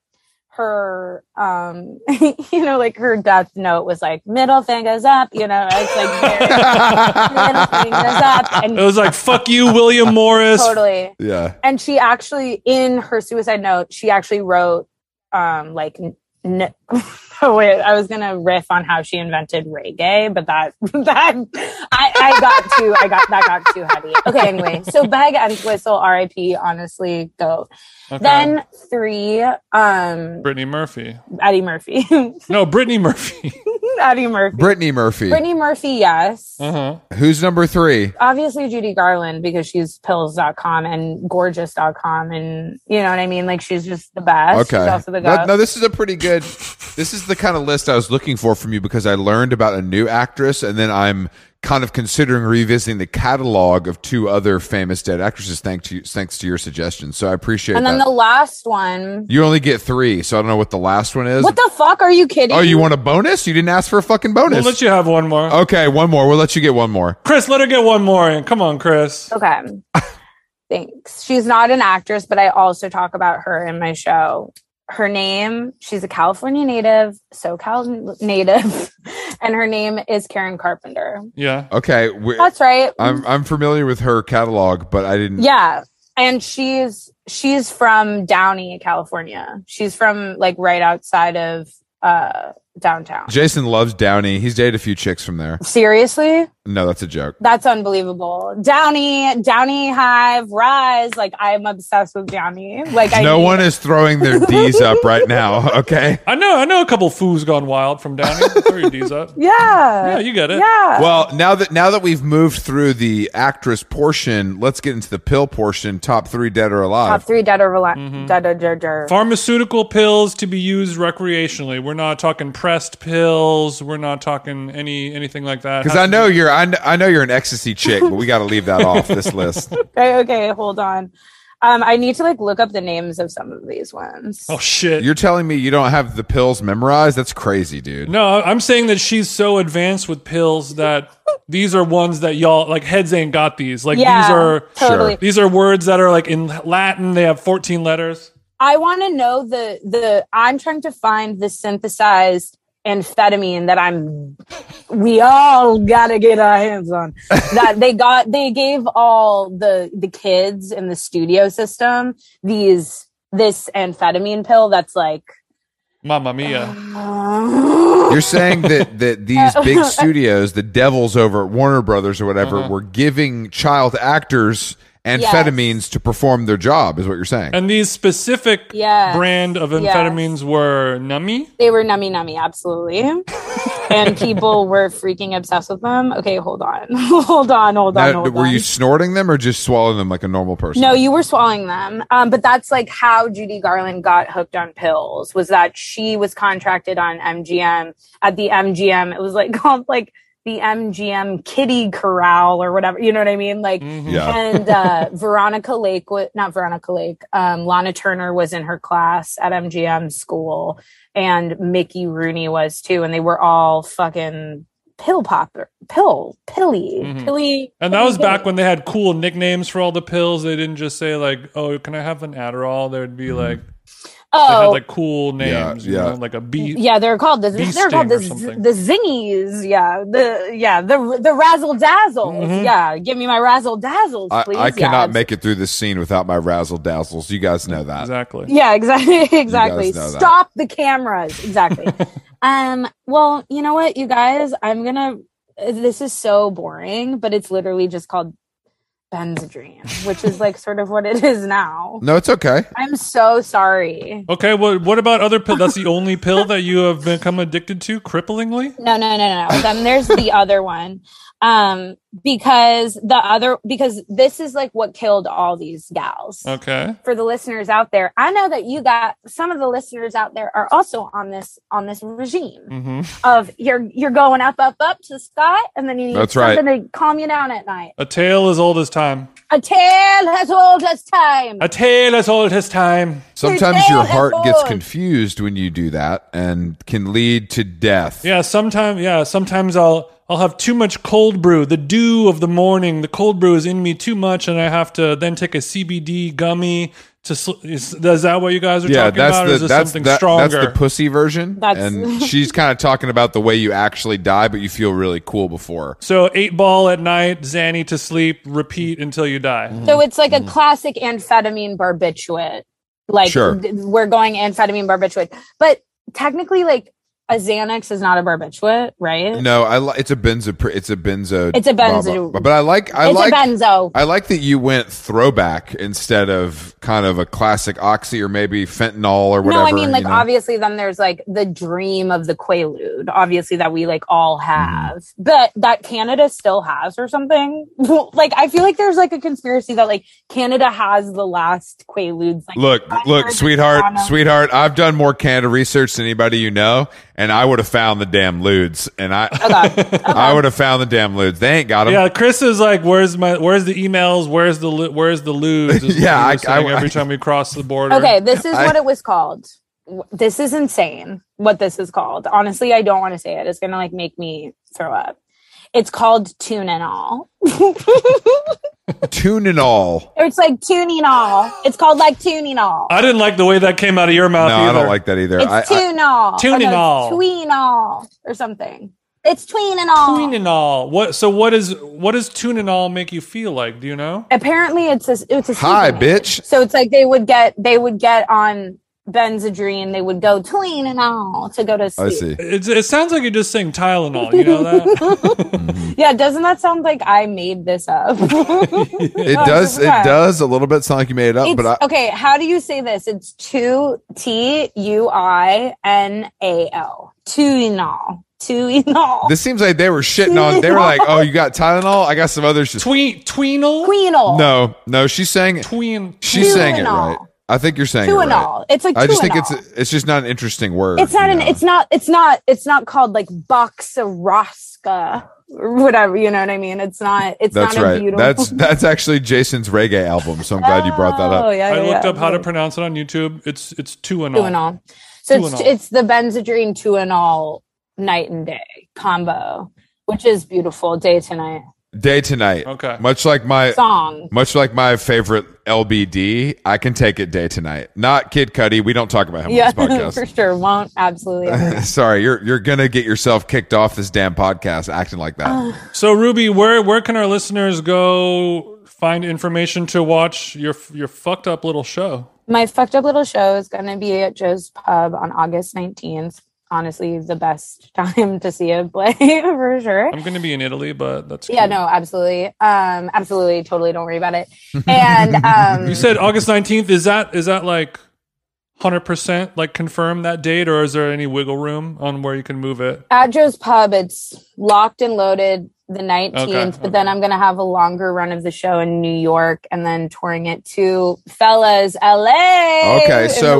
her, um, you know, like her death note was like middle fingers up. You know, it's like very middle fingers up,
It
and
was like, fuck you, William Morris.
totally.
yeah.
And she actually, in her suicide note, she actually wrote, um, like. N- n- Oh, wait, I was gonna riff on how she invented reggae, but that that I, I got too I got that got too heavy. Okay, anyway, so Beg and Whistle, R.I.P. Honestly, go.
Okay.
Then three, um,
Brittany Murphy.
Eddie Murphy,
No, Brittany Murphy.
Eddie Murphy,
Brittany Murphy.
Brittany Murphy, yes.
uh-huh.
Who's number three?
Obviously, Judy Garland because she's pills.com and gorgeous.com, and you know what I mean. Like she's just the best.
Okay.
She's also the
no,
goat.
no, this is a pretty good. This is the kind of list I was looking for from you because I learned about a new actress, and then I'm kind of considering revisiting the catalog of two other famous dead actresses. Thanks to you, thanks to your suggestion. So I appreciate
and
that.
then the last one.
you only get three, so I don't know what the last one is.
What the fuck are you kidding?
oh, you want a bonus? You didn't ask for a fucking
We'll
bonus.
let you have one more.
okay, one more. We'll let you get one more.
Chris, let her get one more in. Come on, Chris.
Okay. Thanks. She's not an actress, but I also talk about her in my show. Her name, she's a California native, SoCal native, and her name is Karen Carpenter.
Yeah.
Okay, we
That's right.
I'm I'm familiar with her catalog, but I didn't.
yeah. and she's she's from Downey, California. She's from like right outside of uh downtown.
Jason loves Downey. He's dated a few chicks from there.
Seriously?
No, that's a joke.
That's unbelievable. Downey, Downey Hive, Rise. Like I'm obsessed with Downey. Like I
no
need-
one is throwing their D's up right now. Okay.
I know, I know a couple foos gone wild from down here. Throw your D's up. Yeah,
Yeah.
you get it.
Yeah.
Well, now that now that we've moved through the actress portion, let's get into the pill portion. Top three, dead or alive.
Top three dead or alive.
Mm-hmm.
Dead or dead or-
Pharmaceutical pills to be used recreationally. We're not talking pressed pills. We're not talking any anything like that.
Because I know you're I, kn- I know you're an ecstasy chick, but we got to leave that off this list.
Okay, okay, hold on. Um, I need to like look up the names of some of these ones.
Oh shit.
You're telling me you don't have the pills memorized? That's crazy, dude.
no, I- I'm saying that she's so advanced with pills that these are ones that y'all like heads ain't got these. Like
yeah,
these are
totally.
Sure.
these are words that are like in Latin. They have 14 letters.
I want to know the the. I'm trying to find the synthesized amphetamine that I'm. We all gotta get our hands on that. They got they gave all the the kids in the studio system these this amphetamine pill that's like.
Mamma mia.
Um,
You're saying that that these big studios, the devils over at Warner Brothers or whatever,
Mm-hmm.
were giving child actors amphetamines to perform their job, is what you're saying.
And these specific
Yes.
brand of amphetamines were nummy.
They were nummy nummy, absolutely. and people were freaking obsessed with them. Okay, hold on. hold on, hold on,
Now,
hold
were
on.
you snorting them or just swallowing them like a normal person?
No, you were swallowing them. Um, but that's like how Judy Garland got hooked on pills was that she was contracted on MGM at the MGM. It was like called like the MGM kitty corral or whatever. You know what I mean? Like,
Mm-hmm.
Yeah.
and uh, Veronica Lake, wa- not Veronica Lake, um, Lana Turner was in her class at MGM school and Mickey Rooney was too. And they were all fucking pill popper, pill, pilly,
Mhm.
pilly.
And that
pilly
was back
pilly.
when they had cool nicknames for all the pills. They didn't just say like, "Oh, can I have an Adderall?" There'd be like they had
Oh,
like cool names,
yeah.
You know, like a B.
Yeah, they're called the
Bee
they're called
sting
the
or something.
the zingies. Yeah, the yeah the the razzle dazzles.
Mhm.
Yeah, give me my razzle dazzles,
Mm-hmm. I,
please.
I cannot
yeah.
make it through this scene without my razzle dazzles. You guys know that.
Exactly.
Yeah, exactly, exactly.
know that.
Stop the cameras, exactly. um, well, you know what, you guys, I'm gonna. This is so boring, but it's literally just called Benzedrine, which is like sort of what it is now.
No, it's okay.
I'm so sorry.
Okay. Well, what about other pill? That's the only pill that you have become addicted to cripplingly.
No, no, no, no. Then there's the other one. Um, because the other because this is like what killed all these gals.
Okay.
For the listeners out there, I know that you got some of the listeners out there are also on this on this regime
Mm-hmm.
hmm
of you're you're going up, up, up to the sky, and then you need
That's right.
something to calm you down at night.
A tale as old as time.
A tale as old as time.
A tale as old as time.
Sometimes
You're
your
dead,
heart
boy.
gets confused when you do that and can lead to death.
Yeah. Sometimes. Yeah. Sometimes I'll I'll have too much cold brew. The dew of the morning. The cold brew is in me too much, and I have to then take a CBD gummy. To sl- is, is that what you guys are
Yeah,
talking about? or
that's
is
the
this
that's
something
that,
stronger?
that's the pussy version,
That's-
and she's kind of talking about the way you actually die, but you feel really cool before.
So eight ball at night, Zanny to sleep, repeat until you die.
Mm.
So it's like a classic amphetamine barbiturate. Like
Sure.
th- we're going amphetamine barbiturate, but technically, like a Xanax is not a barbiturate, right?
No, I li- it's a benzo. It's a benzo.
It's a benzo-
But, I like I
it's
like
a benzo.
I like that you went throwback instead of kind of a classic oxy or maybe fentanyl or whatever.
no, I mean like
you know?
obviously. Then there's like the dream of the Quaalude, obviously that we like all
Mm-hmm.
have, but that Canada still has or something. like I feel like there's like a conspiracy that like Canada has the last Quaaludes. Like,
Look,
I
look,
heard this on
sweetheart,
a-
sweetheart. I've done more Canada research than anybody you know, and I would have found the damn ludes, and I, I would have found the damn ludes. They ain't got them.
Yeah, Chris is like, "Where's my? Where's the emails? Where's the lo- where's the lose?"
Yeah, I-
I, saying
I-
every time we cross the border.
Okay, this is
I-
what it was called. W- This is insane. What this is called. Honestly, I don't want to say it. It's gonna like make me throw up. It's called tune and all.
Tune and all.
it's like tuning all. It's called like tuning all.
I didn't like the way that came out of your
No,
mouth.
I
either.
don't like that either.
It's
I, I-
tune all.
Tuning all.
Tween all or something. It's tween and all.
Tween and all. What? So what is what does tune and all make you feel like? Do you know?
Apparently, it's a it's a
Hi,
sleeping aid.
bitch.
So it's like they would get they would get on Benzedrine. They would go tween and all to go to sleep.
I see.
It's, it sounds like you're just saying Tylenol. You know that?
Yeah, doesn't that sound like I made this up?
It does. It does a little bit sound like you made it up,
It's,
Oh, but I,
okay, how do you say this? It's two T U I N A L. Tuinol. Tuinol.
this seems like they were shitting on. They were like, "Oh, you got Tylenol? I got some other shit."
Tween tweenal.
Queenol.
No, no, she's saying it.
Tween.
She's saying it
Tylenol.
right. I think you're saying it right.
Tuinol. It's like
I just think
Tuinol.
it's it's just not an interesting word.
It's not
you
an.
know?
It's not. It's not. It's not called like Boxaroska or whatever. You know what I mean? It's not. It's
That's
not a
right.
beautiful.
That's that's actually Jason's reggae album. So I'm glad you brought that
Oh
up.
yeah.
I
yeah,
looked
yeah.
up how to pronounce it on YouTube. It's it's two and all.
Tuinol. So it's
Tuinol.
it's the Benzedrine Tuinol night and day combo, which is beautiful day to night
Day to night.
Okay.
Much like my
song.
much like my favorite LBD, I can take it day to night. Not Kid Cudi. We don't talk about him
Yeah,
on
for
this
sure. Won't absolutely. ever.
podcast. Sorry, you're you're gonna get yourself kicked off this damn podcast acting like that.
Oh.
So Ruby, where where can our listeners go find information to watch your your fucked up little show?
my fucked up little show is going to be at Joe's Pub on August 19th. Honestly, the best time to see a play for sure.
I'm going to be in Italy, but that's
Yeah,
cool.
no, absolutely. Um, absolutely, totally don't worry about it. And um
You said August 19th. Is that is that like 100% like confirm that date or is there any wiggle room on where you can move it?
at Joe's Pub, it's locked and loaded the 19th,
Okay,
but then I'm going to have a longer run of the show in New York and then touring it to Fellas LA
Okay,
in
so-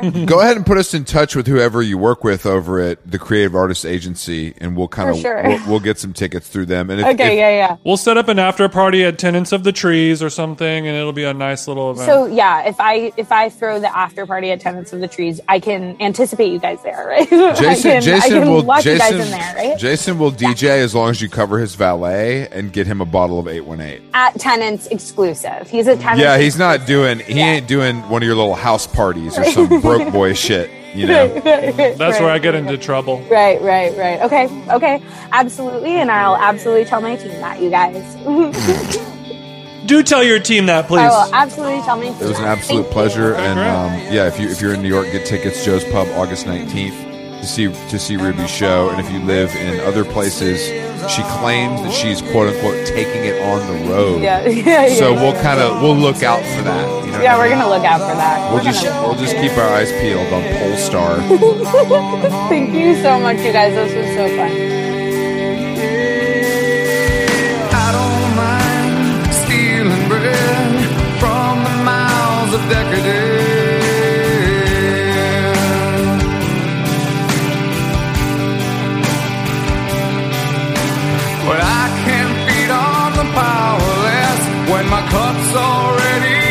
winter.
Go ahead and put us in touch with whoever you work with over at the Creative Artists Agency, and we'll kind of
For sure.
we'll, we'll get some tickets through them. And if,
okay,
if-
yeah, yeah.
We'll set up an after party at Tenants of the Trees or something and it'll be a nice little event.
So yeah, if I if I throw the after party at Tenants of the Trees, I can anticipate you guys there, right?
Jason,
I can,
Jason
I can
will
lock you
Jason,
guys in there, right?
Jason will DJ as long as you cover his valet and get him a bottle of eight one eight.
at Tenants exclusive. He's a Tenants.
Yeah, he's not doing he ain't doing one of your little house parties or some broke boy shit. You know,
That's
that's where I get into trouble.
Right, right, right. Okay, okay, absolutely, and I'll absolutely tell my team that you guys.
Do tell your team that, please.
I will absolutely tell my team.
it was an
that.
absolute
Thank
pleasure.
you.
And um, yeah, if you if you're in New York, get tickets Joe's Pub August nineteenth to see to see Ruby's show. And if you live in other places, she claims that she's quote unquote taking it on the road.
Yeah, yeah, yeah.
So we'll kind of we'll look out for that. You know
yeah,
what I
we're
mean?
gonna look out for that.
We'll
We're
just
gonna-
we'll just keep our eyes peeled on Polestar.
Thank you so much, you guys. This was so fun.
I don't mind stealing bread from the mouths of decadence. But I can feed on the powerless when my cup's already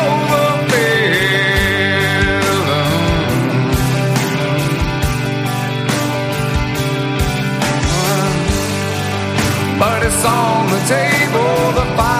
overfilled. But it's on the table, the fire.